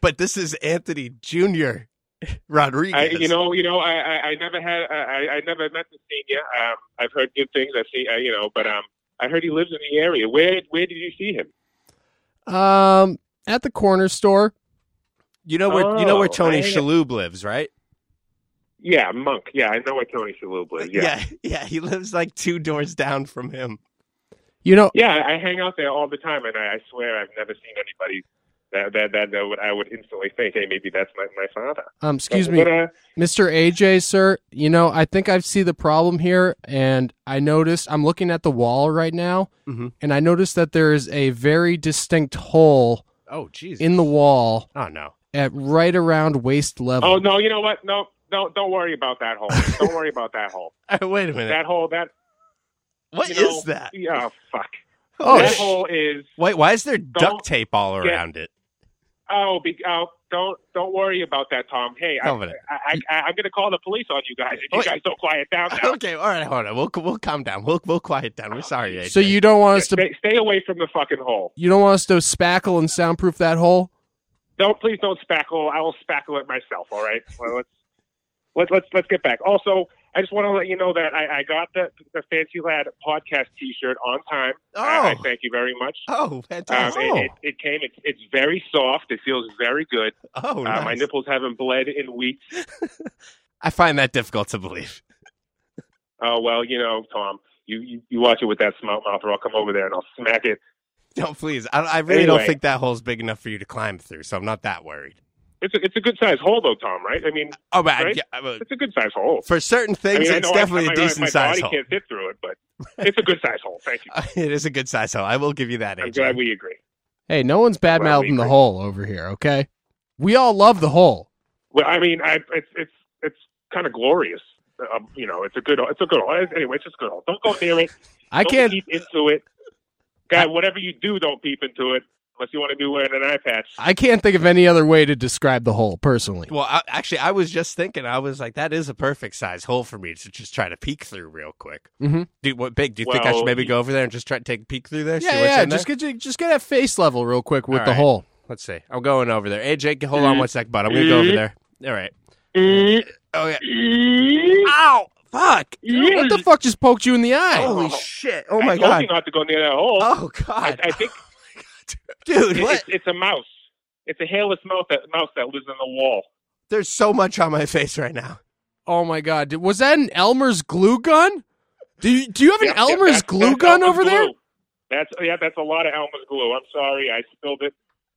Speaker 4: But this is Anthony Junior Rodriguez.
Speaker 6: I, you know, you know, I, I, I never had, I, I- I never met the senior. Um, I've heard good things. I see, uh, you know, but um, I heard he lives in the area. Where, where did you see him?
Speaker 3: Um, at the corner store.
Speaker 4: you know where you know where
Speaker 6: Oh,
Speaker 4: Tony
Speaker 6: I-
Speaker 4: Shalhoub lives, right?
Speaker 6: Yeah, Monk. Yeah, I know where Tony Shalhoub lives. Yeah. yeah.
Speaker 4: yeah, yeah. He lives like two doors down from him.
Speaker 3: You know,
Speaker 6: I hang out there all the time, and I, I swear I've never seen anybody that that that, that would, I would instantly think, hey, maybe that's my, my father.
Speaker 3: Um, excuse
Speaker 6: But-
Speaker 3: me,
Speaker 6: but, uh,
Speaker 3: Mr. AJ, sir. You know, I think I see the problem here, and I noticed I'm looking at the wall right now,
Speaker 6: Mm-hmm.
Speaker 4: Mhm.
Speaker 3: and I noticed that there is a very distinct hole
Speaker 4: Oh, Jesus.
Speaker 3: in the wall
Speaker 4: oh, no.
Speaker 3: at right around waist level.
Speaker 6: oh no, you know what? No, don't don't worry about that hole. don't worry about that hole.
Speaker 4: Wait a minute.
Speaker 6: That hole. That
Speaker 4: What
Speaker 6: you
Speaker 4: is
Speaker 6: know,
Speaker 4: that?
Speaker 6: Yeah, fuck.
Speaker 4: Oh,
Speaker 6: that
Speaker 4: sh-
Speaker 6: hole is
Speaker 4: wait. Why is there
Speaker 6: Don't
Speaker 4: duct tape all
Speaker 6: get-
Speaker 4: around it?
Speaker 6: oh, be, oh, don't don't worry about that, Tom. Hey, I,
Speaker 4: Covenant.
Speaker 6: I, I, I'm going to call the police on you guys if you
Speaker 4: Wait.
Speaker 6: guys don't quiet down. Now.
Speaker 4: Okay, all right, hold on. We'll we'll calm down. We'll we'll quiet down. We're sorry, AJ.
Speaker 3: so you don't want us to
Speaker 6: Stay, stay away from the fucking hole.
Speaker 3: you don't want us to spackle and soundproof that hole?
Speaker 6: Don't please don't spackle. I will spackle it myself. All right. Well, let's let's let's let's get back. Also, I just want to let you know that I, I got the, the Fancy Lad podcast T-shirt on time. I, I
Speaker 4: oh
Speaker 6: thank you very much.
Speaker 4: oh
Speaker 6: Um,
Speaker 4: fantastic.
Speaker 6: it, it, it came. It's, it's very soft. It feels very good.
Speaker 4: oh, oh,
Speaker 6: Uh,
Speaker 4: nice.
Speaker 6: My nipples haven't bled in weeks.
Speaker 4: I find that difficult to believe.
Speaker 6: Oh well, you know, Tom, you, you, you watch it with that smart mouth, or I'll come over there and I'll smack it.
Speaker 4: Don't please. I, I really don't
Speaker 6: Anyway.
Speaker 4: think that hole's big enough for you to climb through. So I'm not that worried.
Speaker 6: It's a, it's a good size hole though, Tom. Right? I mean,
Speaker 4: Oh, but I-
Speaker 6: Right?
Speaker 4: yeah, I- uh,
Speaker 6: it's a good size hole.
Speaker 4: for certain
Speaker 6: I
Speaker 4: things,
Speaker 6: mean, I
Speaker 4: it's
Speaker 6: know I-
Speaker 4: definitely
Speaker 6: my-
Speaker 4: a
Speaker 6: my-
Speaker 4: decent
Speaker 6: my
Speaker 4: size
Speaker 6: body
Speaker 4: hole.
Speaker 6: can't fit through it, but it's a good size hole. Thank you.
Speaker 4: It is a good size hole. I will give you that,
Speaker 6: I'm
Speaker 4: AJ.
Speaker 6: glad we agree.
Speaker 3: Hey, no one's bad
Speaker 6: Well, we
Speaker 3: mouthing the
Speaker 6: agree.
Speaker 3: hole over here, okay? We all love the hole.
Speaker 6: Well, I mean, I, it's it's it's kind of glorious. Um, you know, it's a good it's a good hole. Anyway, it's just a good hole. Don't go near it.
Speaker 3: I
Speaker 6: don't
Speaker 3: can't
Speaker 6: peep into it. God, whatever you do, don't peep into it unless you want to be wearing an eye patch.
Speaker 3: I can't think of any other way to describe the hole personally.
Speaker 4: well, I, actually, I was just thinking. I was like, that is a perfect size hole for me to just try to peek through real quick.
Speaker 3: Mhm.
Speaker 4: Do what big? Do you think I
Speaker 6: Well,
Speaker 4: should maybe
Speaker 6: you-
Speaker 4: go over there and just try to take a peek through there? see
Speaker 3: yeah,
Speaker 4: what's
Speaker 3: yeah,
Speaker 4: in there?
Speaker 3: just get you, just get at face level real quick with
Speaker 4: All
Speaker 3: the
Speaker 4: right.
Speaker 3: hole.
Speaker 4: Let's see. I'm going over there. AJ, hold
Speaker 6: Mm-hmm.
Speaker 4: on one sec, bud. I'm gonna go over there. All right. Oh yeah. Ow! Fuck!
Speaker 3: What the fuck just poked you in the eye?
Speaker 4: Holy
Speaker 6: Oh.
Speaker 4: shit! Oh
Speaker 6: I
Speaker 4: my
Speaker 6: told
Speaker 4: god!
Speaker 6: you not to go near that hole.
Speaker 4: Oh
Speaker 6: I,
Speaker 4: god!
Speaker 6: I think
Speaker 4: Dude,
Speaker 6: It-
Speaker 4: what?
Speaker 6: It's, it's a mouse. It's a hairless mouse that mouse that lives in the wall.
Speaker 4: There's so much on my face right now.
Speaker 3: Oh my god, Did- was that an Elmer's glue gun? Do you, do you have an
Speaker 6: Yeah, yeah,
Speaker 3: Elmer's
Speaker 6: that's-
Speaker 3: glue
Speaker 6: that's
Speaker 3: gun
Speaker 6: Elmer's
Speaker 3: over there?
Speaker 6: glue. That's yeah. That's a lot of Elmer's glue. I'm sorry, I spilled it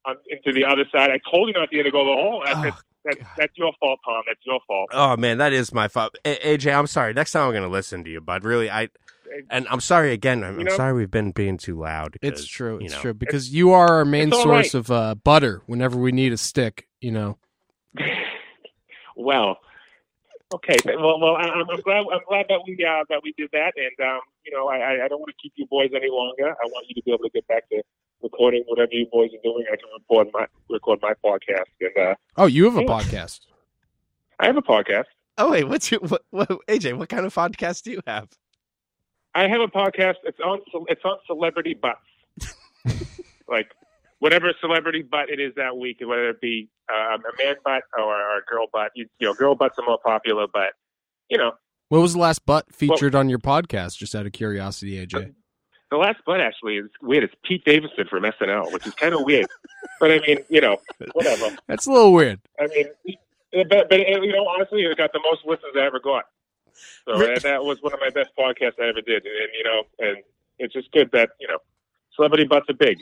Speaker 6: on, into the other side. I told you not to go the hole. That's,
Speaker 4: Oh,
Speaker 6: that's, that's,
Speaker 4: God.
Speaker 6: that's your fault, Tom. That's your fault.
Speaker 4: Oh man, that is my fault. A- AJ, I'm sorry. Next time I'm gonna listen to you, bud. Really, I. And I'm sorry again. I'm,
Speaker 6: You
Speaker 4: I'm
Speaker 6: know-
Speaker 4: sorry we've been being too loud.
Speaker 3: It's
Speaker 4: 'cause,
Speaker 3: true,
Speaker 4: you
Speaker 3: it's
Speaker 4: know.
Speaker 3: true because you are our main
Speaker 6: it's all
Speaker 3: source
Speaker 6: right.
Speaker 3: of uh, butter whenever we need a stick, you know.
Speaker 6: Well, okay. th- Well, well, I, I'm I'm glad. I'm glad that we uh, that we did that. And um, you know, I, I- I don't want to keep you boys any longer. I want you to be able to get back to recording whatever you boys are doing. I can record my record my podcast. And uh,
Speaker 3: Oh, you have a
Speaker 6: Yeah.
Speaker 3: podcast.
Speaker 6: I have a podcast.
Speaker 4: Oh wait, what's your what, what, AJ? What kind of podcast do you have?
Speaker 6: I have a podcast. It's on it's on celebrity butts, like whatever celebrity butt it is that week, whether it be um, a man butt or, or a girl butt. You, you know, girl butts are more popular, but you know,
Speaker 3: What was the last butt featured on your podcast? Just out of curiosity, AJ.
Speaker 6: the last butt actually is weird. It's Pete Davidson from SNL, which is kind of weird. But I mean, you know, whatever.
Speaker 3: That's a little weird.
Speaker 6: I mean, but, but you know, honestly, it got the most listens I ever got. So
Speaker 4: Really?
Speaker 6: that, that was one of my best podcasts I ever did, and, you know, and it's just good that you know, celebrity butts are big.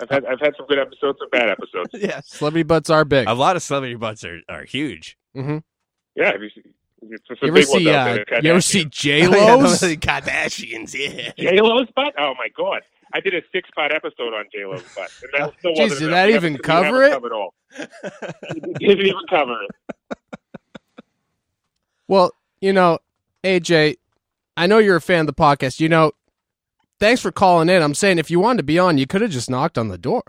Speaker 6: I've had I've had some good episodes, some bad episodes.
Speaker 4: Yes,
Speaker 3: Celebrity butts are big.
Speaker 4: a lot of celebrity butts are, are huge.
Speaker 6: Yeah, if you, see- it's just a
Speaker 3: You ever
Speaker 6: big one
Speaker 3: see
Speaker 6: out
Speaker 3: uh,
Speaker 6: there. Kardashian.
Speaker 3: you ever see J
Speaker 4: Oh, yeah,
Speaker 3: Lo's?
Speaker 4: those Kardashians, yeah.
Speaker 6: J Lo's butt? Oh my god! I did a six part episode on J Lo's butt, and that still
Speaker 3: Jeez,
Speaker 6: wasn't
Speaker 3: did
Speaker 6: enough.
Speaker 3: that
Speaker 6: We
Speaker 3: even
Speaker 6: haven't- we
Speaker 3: cover
Speaker 6: haven't
Speaker 3: it?
Speaker 6: covered all. it didn't even cover it.
Speaker 3: Well, you know, AJ, I know you're a fan of the podcast. You know, thanks for calling in. I'm saying if you wanted to be on, you could have just knocked on the door.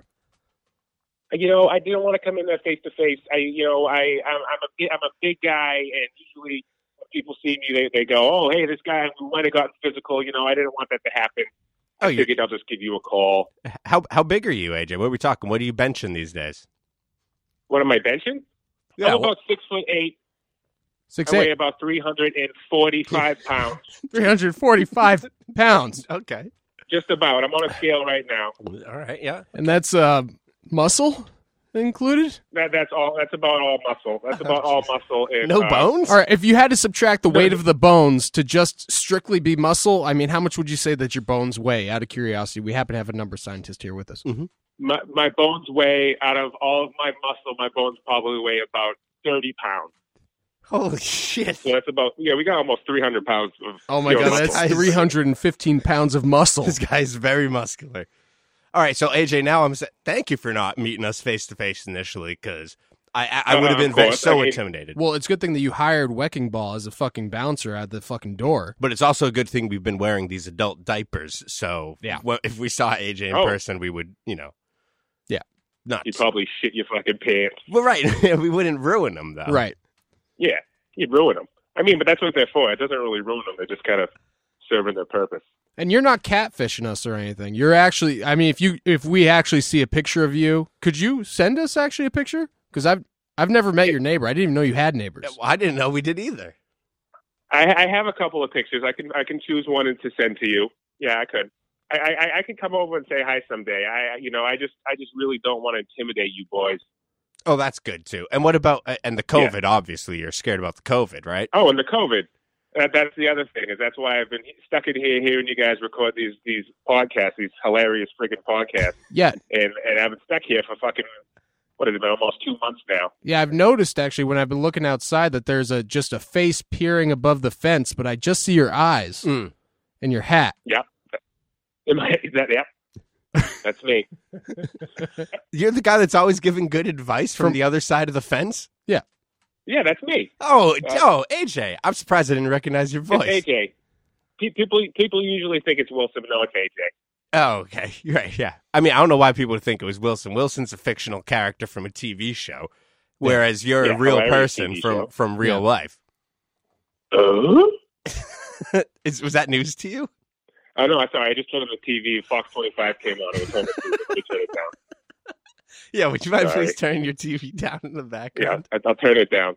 Speaker 6: you know, I didn't want to come in there face to face. I, you know, I, I'm, I'm a, bi- I'm a big guy, and usually when people see me, they, they go, "Oh, hey, this guy we might have gotten physical." You know, I didn't want that to happen.
Speaker 4: Oh,
Speaker 6: I
Speaker 4: you
Speaker 6: figured I'll just give you a call.
Speaker 4: how how big are you, AJ? What are we talking? What are you benching these days?
Speaker 6: What am I benching?
Speaker 4: Yeah,
Speaker 6: I'm
Speaker 4: well,
Speaker 6: about six foot eight.
Speaker 3: Six
Speaker 6: I weigh
Speaker 3: eight,
Speaker 6: about three hundred and forty-five pounds,
Speaker 3: three hundred forty-five pounds,
Speaker 4: okay,
Speaker 6: just about. I'm on a scale right now.
Speaker 4: all right, yeah.
Speaker 3: and that's uh, muscle included.
Speaker 6: That, that's all. That's about all muscle. That's about all muscle. And,
Speaker 4: No
Speaker 6: uh,
Speaker 4: bones.
Speaker 3: All right, if you had to subtract the weight of the bones to just strictly be muscle, I mean, how much would you say that your bones weigh? Out of curiosity, we happen to have a number scientist here with us.
Speaker 6: my, my bones weigh out of all of my muscle, my bones probably weigh about thirty pounds.
Speaker 5: Holy shit.
Speaker 4: uh,
Speaker 6: So that's about yeah, we got almost three hundred pounds of
Speaker 3: Oh my
Speaker 6: you know,
Speaker 3: god,
Speaker 6: muscle.
Speaker 3: that's 315 pounds of muscle.
Speaker 4: This guy's very muscular. All right, so AJ, now I'm. Sa- thank you for not meeting us face to face initially, because I I, I
Speaker 6: Uh,
Speaker 4: would have been
Speaker 6: of
Speaker 4: very,
Speaker 6: course.
Speaker 4: so
Speaker 6: I mean-
Speaker 4: intimidated.
Speaker 3: Well, it's a good thing that you hired Wecking Ball as a fucking bouncer at the fucking door.
Speaker 4: But it's also a good thing we've been wearing these adult diapers. So
Speaker 3: Yeah.
Speaker 4: wh- if we saw AJ in
Speaker 6: Oh.
Speaker 4: person, we would, you know,
Speaker 3: Yeah.
Speaker 4: not.
Speaker 6: you probably shit your fucking pants.
Speaker 4: Well, right, we wouldn't ruin them
Speaker 6: Oh.
Speaker 4: though.
Speaker 3: Right.
Speaker 6: Yeah, you'd ruin them. I mean, but that's what they're for. It doesn't really ruin them. They're just kind of serving their purpose.
Speaker 3: And you're not catfishing us or anything. You're actually I mean if you if we actually see a picture of you, could you send us actually a picture? Cuz I've I've never met your neighbor. I didn't even know you had neighbors.
Speaker 4: I didn't know we did either.
Speaker 6: I, I have a couple of pictures. I can I can choose one and to send to you. Yeah, I could. I, I, I- I could come over and say hi someday. I I- you know I just I just really don't want to intimidate you boys.
Speaker 4: Oh, that's good too. And what about a- and the
Speaker 6: Yeah.
Speaker 4: COVID? Obviously, you're scared about the COVID, right?
Speaker 6: Oh, and the COVID. That, that's the other thing is that's why I've been stuck in here hearing you guys record these these podcasts, these hilarious friggin' podcasts,
Speaker 3: Yeah.
Speaker 6: and and I've been stuck here for fucking what has it been almost two months now.
Speaker 3: Yeah, I've noticed actually when I've been looking outside that there's a just a face peering above the fence, but I just see your eyes
Speaker 4: Mm.
Speaker 3: and your hat.
Speaker 6: Am I, is that yeah? That's me.
Speaker 4: You're the guy that's always giving good advice from,
Speaker 3: From-
Speaker 4: the other side of the fence.
Speaker 6: Yeah, that's me.
Speaker 4: Oh,
Speaker 6: Yeah.
Speaker 4: oh, AJ, I'm surprised I didn't recognize your
Speaker 6: It's
Speaker 4: voice.
Speaker 6: AJ. Pe- People people usually think it's Wilson, but no, it's AJ.
Speaker 4: Oh, okay. You're Right. Yeah. I mean, I don't know why people would think it was Wilson. Wilson's a fictional character from a TV show, whereas you're
Speaker 6: Yeah,
Speaker 4: a real
Speaker 6: hilarious
Speaker 4: person
Speaker 6: TV
Speaker 4: from
Speaker 6: show.
Speaker 4: from real
Speaker 3: Yeah.
Speaker 4: life.
Speaker 6: Oh
Speaker 4: Is, was that news to you?
Speaker 6: Oh, no, I'm sorry. I just turned on the TV. Fox 25 came on. It was on the TV. Let me turn it down.
Speaker 4: Yeah. Would you mind
Speaker 6: Sorry.
Speaker 4: please turn your TV down in the
Speaker 6: Yeah,
Speaker 4: background?
Speaker 6: I- I'll turn it down.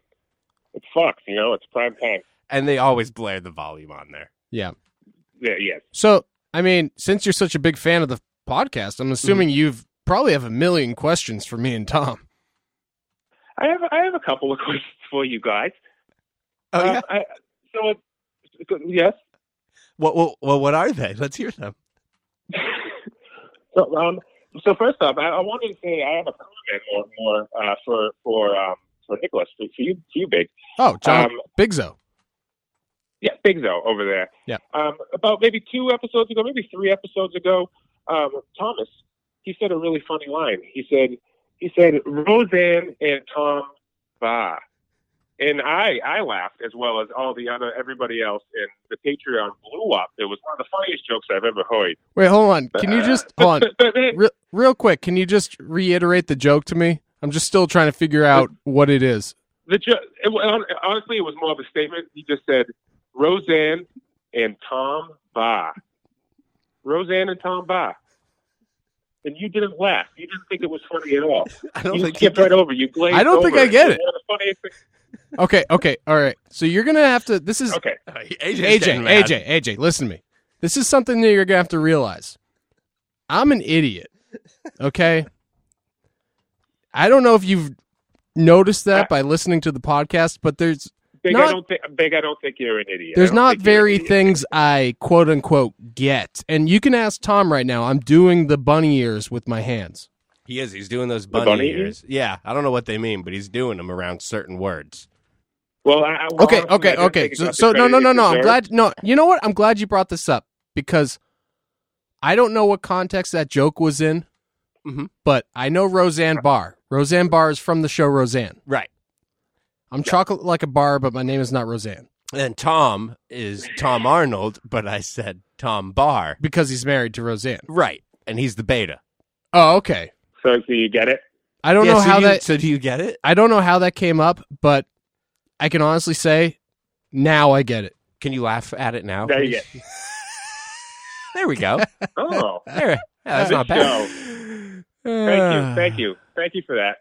Speaker 6: It's Fox, you know. It's prime time.
Speaker 4: And they always blare the volume on there.
Speaker 6: Yeah, yes.
Speaker 3: So, I mean, since you're such a big fan of the podcast, I'm
Speaker 6: Mm-hmm.
Speaker 3: assuming you've probably have a million questions for me and Tom.
Speaker 6: I have I have a couple of questions for you guys.
Speaker 4: Oh
Speaker 6: Uh,
Speaker 4: yeah.
Speaker 6: I, so it, yes.
Speaker 4: What, what what what are they? Let's hear them.
Speaker 6: So, um, so first off, I, I wanted to say I have a comment more, more uh, for for um, for Nicholas for, for you, for you, Big.
Speaker 3: Oh, John
Speaker 6: Um,
Speaker 3: Bigzo.
Speaker 6: Yeah, Big Zo over there.
Speaker 3: Yeah.
Speaker 6: Um, about maybe two episodes ago, maybe three episodes ago, um, Thomas he said a really funny line. He said he said Roseanne and Tom Bah. And I, I laughed as well as all the other everybody else, and the Patreon blew up. It was one of the funniest jokes I've ever heard.
Speaker 3: Wait, hold on. Can you
Speaker 6: Uh,
Speaker 3: just
Speaker 6: but-
Speaker 3: hold on
Speaker 6: but- but-
Speaker 3: Re- real quick? Can you just reiterate the joke to me? I'm just still trying to figure out what it is.
Speaker 6: The ju- it, wa- hon- honestly, it was more of a statement. He just said Roseanne and Tom Ba. Roseanne and Tom Ba. And you didn't laugh. You didn't think it was funny at all.
Speaker 4: I don't
Speaker 6: you
Speaker 4: think
Speaker 6: skipped right over. You glazed.
Speaker 3: I don't think
Speaker 6: over
Speaker 3: I get it.
Speaker 6: One of the funniest things-
Speaker 3: Okay, okay, all right. So you're gonna have to. This is
Speaker 6: Okay.
Speaker 4: AJ's
Speaker 3: AJ, AJ, AJ, listen to me. This is something that you're going to have to realize. I'm an idiot. Okay? I don't know if you've noticed that by listening to the podcast, but there's
Speaker 6: Big,
Speaker 3: Not-
Speaker 6: I don't think. Big, I don't think you're an idiot. I
Speaker 3: there's
Speaker 6: don't
Speaker 3: not
Speaker 6: think you're an
Speaker 3: very
Speaker 6: idiot.
Speaker 3: things I quote unquote get. And you can ask Tom right now. I'm doing the bunny ears with my hands.
Speaker 4: He is. He's doing those
Speaker 6: bunny
Speaker 4: bunny, ears. Yeah. I don't know what they mean, but he's doing them around certain words.
Speaker 6: Well, I, I, well,
Speaker 3: Okay,
Speaker 6: honestly, I
Speaker 3: okay,
Speaker 6: didn't
Speaker 3: okay.
Speaker 6: think it
Speaker 3: So,
Speaker 6: got the
Speaker 3: so no,
Speaker 6: credit
Speaker 3: no,
Speaker 6: it
Speaker 3: no, no. I'm
Speaker 6: deserved.
Speaker 3: glad. No, you know what? I'm glad you brought this up because I don't know what context that joke was in,
Speaker 4: Mhm.
Speaker 3: but I know Roseanne Barr. Roseanne Barr is from the show Roseanne.
Speaker 4: Right.
Speaker 3: I'm chocolate like a bar, but my name is not Roseanne
Speaker 4: And Tom is Tom Arnold, but I said Tom Barr.
Speaker 3: because he's married to Roseanne.
Speaker 4: Right. And he's the beta.
Speaker 3: Oh, okay.
Speaker 6: So, so you get it.
Speaker 3: I don't
Speaker 4: Yeah,
Speaker 3: know
Speaker 4: so
Speaker 3: how
Speaker 4: you-
Speaker 3: that.
Speaker 4: So do you get it?
Speaker 3: I don't know how that came up, but I can honestly say now I get it.
Speaker 4: Can you laugh at it now?
Speaker 6: There you
Speaker 4: please? There we go.
Speaker 6: Oh,
Speaker 4: There. Yeah, that's
Speaker 6: Good
Speaker 4: not bad.
Speaker 6: show. Thank
Speaker 3: Ah.
Speaker 6: you, thank you, thank you for that.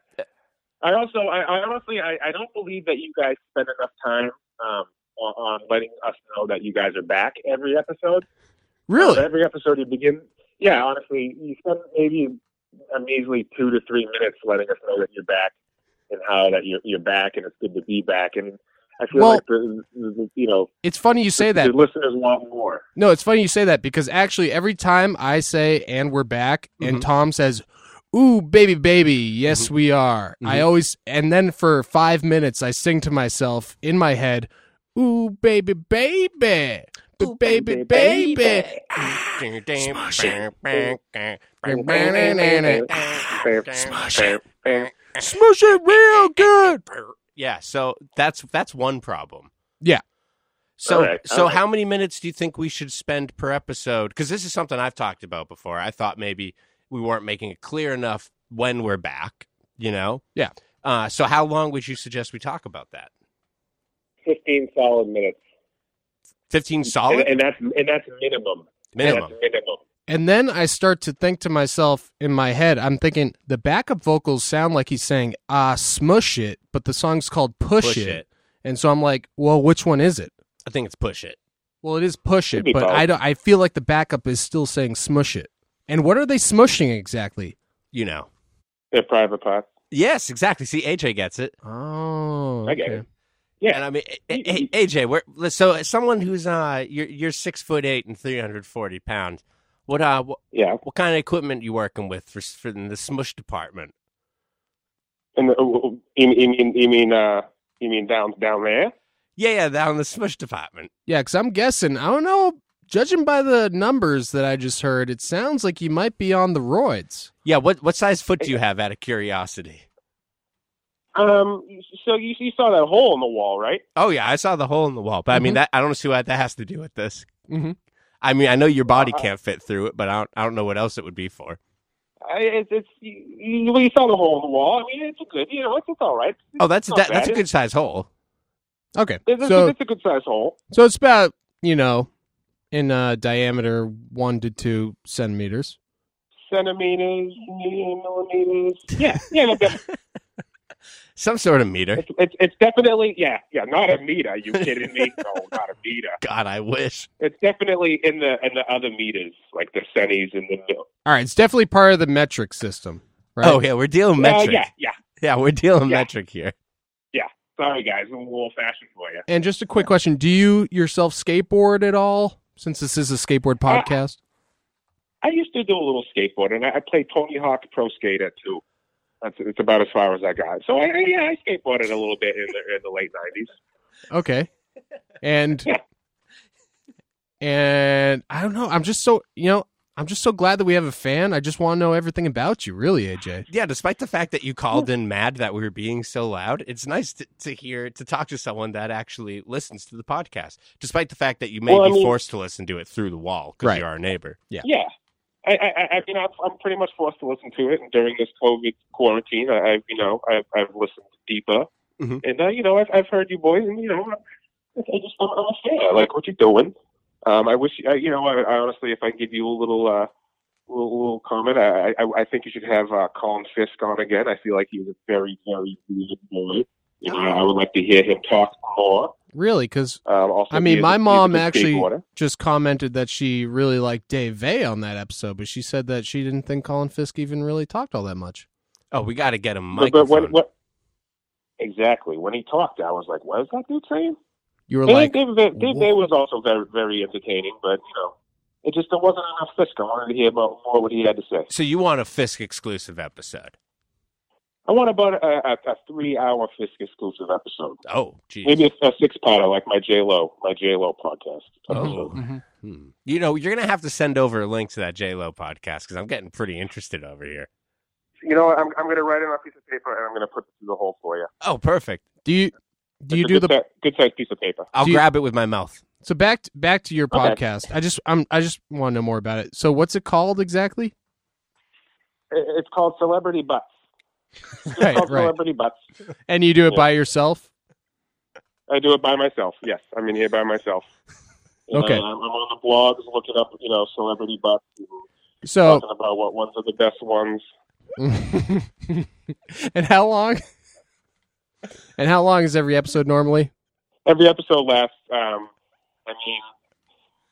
Speaker 6: I also, I, I honestly, I, I don't believe that you guys spend enough time um, on, on letting us know that you guys are back every episode.
Speaker 3: Really?
Speaker 6: Every episode you begin, yeah. Honestly, you spend maybe a measly two to three minutes letting us know that you're back and how that you're you're back and it's good to be back. And I feel
Speaker 3: Well-
Speaker 6: like the, the, the- you know
Speaker 3: It's funny you say
Speaker 6: the-
Speaker 3: that
Speaker 6: the listeners want more.
Speaker 3: No, it's funny you say that because actually every time I say and we're back and
Speaker 4: Mhm.
Speaker 3: Tom says Ooh, baby, baby. Yes, we are. I
Speaker 4: Mhm.
Speaker 3: always, and then for five minutes, I sing to myself in my head, Ooh, baby, baby. Ooh, baby, baby.
Speaker 4: Smush
Speaker 3: Ah,
Speaker 6: Smush it.
Speaker 3: Smush it real good.
Speaker 4: Yeah, so that's that's one problem.
Speaker 3: Yeah.
Speaker 4: So
Speaker 6: All right,
Speaker 4: so
Speaker 6: all right.
Speaker 4: how many minutes do you think we should spend per episode? Because this is something I've talked about before. I thought maybe we weren't making it clear enough when we're back. You know.
Speaker 3: Yeah.
Speaker 4: Uh, so how long would you suggest we talk about that?
Speaker 6: Fifteen solid minutes,
Speaker 4: Fifteen
Speaker 6: and,
Speaker 4: solid
Speaker 6: and that's and that's minimum.
Speaker 4: minimum.
Speaker 6: That's minimum.
Speaker 3: And then I start to think to myself in my head, I'm thinking, the backup vocals sound like he's saying, ah, smush it, but the song's called Push,
Speaker 4: Push
Speaker 3: it.
Speaker 4: it.
Speaker 3: And so I'm like, well, which one is it?
Speaker 4: I think it's push it.
Speaker 3: Well, it is push it,
Speaker 6: Could be
Speaker 3: but
Speaker 6: both.
Speaker 3: I don't. I feel like the backup is still saying smush it. And what are they smushing exactly?
Speaker 4: You know.
Speaker 6: They're private parts.
Speaker 4: Yes, exactly. See, AJ gets it.
Speaker 3: Oh,
Speaker 6: I get
Speaker 3: okay.
Speaker 6: it. Yeah.
Speaker 4: And I mean, A- A- AJ, where so as someone who's uh, you're you're six foot eight and three hundred forty pounds. What uh, what,
Speaker 6: Yeah,
Speaker 4: what kind of equipment you working with for, for in the smush department?
Speaker 6: and the, you, you mean you mean uh, you mean down down there?
Speaker 4: Yeah, yeah, down in the smush department.
Speaker 3: Yeah, because I'm guessing. I don't know. Judging by the numbers that I just heard, it sounds like you might be on the roids.
Speaker 4: Yeah, what what size foot do you have? Out of curiosity.
Speaker 6: Um, so you, you saw that hole in the wall, right?
Speaker 4: Oh yeah, I saw the hole in the wall, but
Speaker 6: Mm-hmm.
Speaker 4: I mean that I don't see what that has to do with this.
Speaker 3: Mhm.
Speaker 4: I mean, I know your body
Speaker 6: Uh,
Speaker 4: can't fit through it, but I don't I don't know what else it would be for.
Speaker 6: I, it's it's you, you, well, you saw the hole in the wall. I mean, it's a good, you know, it's, it's all right.
Speaker 4: Oh, that's
Speaker 6: Not
Speaker 4: that, that's a
Speaker 6: bad.
Speaker 4: good size hole.
Speaker 3: Okay,
Speaker 6: It's, it's,
Speaker 3: so
Speaker 6: it's a good sized hole.
Speaker 3: so it's about you know in uh, diameter one to two centimeters.
Speaker 6: Centimeters, millimeters. Yeah, yeah, no, but
Speaker 4: Some sort of meter.
Speaker 6: it's, it's it's definitely yeah, yeah. Not a meter. Are you kidding me? No, not a meter.
Speaker 4: God, I wish.
Speaker 6: It's definitely in the in the other meters, like the centis and the mil.
Speaker 3: All right, it's definitely part of the metric system, right?
Speaker 4: Oh yeah, we're dealing metric.
Speaker 6: Uh, yeah, yeah.
Speaker 4: yeah, we're dealing
Speaker 6: Yeah.
Speaker 4: metric here.
Speaker 6: Sorry, guys, I'm a little old fashioned for you.
Speaker 3: And just a quick question: Do you yourself skateboard at all? Since this is a skateboard
Speaker 6: Uh,
Speaker 3: podcast.
Speaker 6: I used to do a little skateboarding. I, I played Tony Hawk Pro Skate at two. That's it's about as far as I got. So I, I yeah, I skateboarded a little bit in the in the late nineties.
Speaker 3: Okay. And and I don't know. I'm just so you know. I'm just so glad that we have a fan. I just want to know everything about you, really, AJ.
Speaker 4: Yeah, despite the fact that you called in mad that we were being so loud, it's nice to, to hear to talk to someone that actually listens to the podcast. Despite the fact that you may
Speaker 6: Well, I
Speaker 4: be
Speaker 6: mean-
Speaker 4: forced to listen to it through the wall because
Speaker 3: Right.
Speaker 4: you're our neighbor.
Speaker 6: Yeah. I, I, I- I mean, I'm, I'm pretty much forced to listen to it, and during this COVID quarantine, I, I've you know I've, I've listened deeper,
Speaker 3: Mm-hmm.
Speaker 4: Mhm.
Speaker 6: and uh, you know I've, I've heard you boys, and you know I, I just I'm, I'm a fan. I like what you're doing. Um, I wish I, you know I, I honestly, if I give you a little uh, little, little comment, I, I I think you should have uh, Colin Fisk on again. I feel like he's a very very good boy. You know, I would like to hear him talk more.
Speaker 3: Really, because
Speaker 6: Um, also,
Speaker 3: I mean,
Speaker 6: he is
Speaker 3: my
Speaker 6: a- he's a
Speaker 3: mom
Speaker 6: good
Speaker 3: actually-
Speaker 6: skateboarder.
Speaker 3: just commented that she really liked Dave Vey on that episode, but she said that she didn't think Colin Fisk even really talked all that much.
Speaker 4: Oh, we got to get a
Speaker 6: But-
Speaker 4: microphone.
Speaker 6: but when, what exactly when he talked, I was like, "What is that dude saying?"
Speaker 3: You were
Speaker 6: And
Speaker 3: like,
Speaker 6: Dave, Dave, Dave Day was also very very entertaining, but you know, it just there wasn't enough fisk. I wanted to hear about more what he had to say.
Speaker 4: So you want a Fisk exclusive episode?
Speaker 6: I want about a, a, a three hour fisk exclusive episode,
Speaker 4: Oh, geez.
Speaker 6: maybe a, a six parter like my J Lo my J Lo podcast.
Speaker 4: Oh. Hmm. You know, you're gonna have to send over a link to that J Lo podcast because I'm getting pretty interested over here.
Speaker 6: You know, what? I'm I'm gonna write it on a piece of paper and I'm gonna put it through the hole for you.
Speaker 4: Oh, perfect.
Speaker 3: "Do you do you
Speaker 6: It's a
Speaker 3: do
Speaker 6: good
Speaker 3: the
Speaker 6: si- good sized piece of paper?
Speaker 4: I'll
Speaker 3: Do you-
Speaker 4: grab it with my mouth.
Speaker 3: so back t- back to your
Speaker 6: Okay.
Speaker 3: podcast? I just I'm I just want to know more about it. So what's it called exactly?
Speaker 6: It, it's called Celebrity Butts. It's
Speaker 3: Right,
Speaker 6: called
Speaker 3: right.
Speaker 6: Celebrity Butts.
Speaker 3: And you do it
Speaker 6: Yeah.
Speaker 3: by yourself?
Speaker 6: I do it by myself. Yes, I'm in here by myself. And
Speaker 3: Okay.
Speaker 6: I, I'm on the blogs looking up, you know, celebrity butts, and
Speaker 3: So
Speaker 6: talking about what ones are the best ones.
Speaker 3: and how long? And how long is every episode normally?
Speaker 6: Every episode lasts. Um, I mean,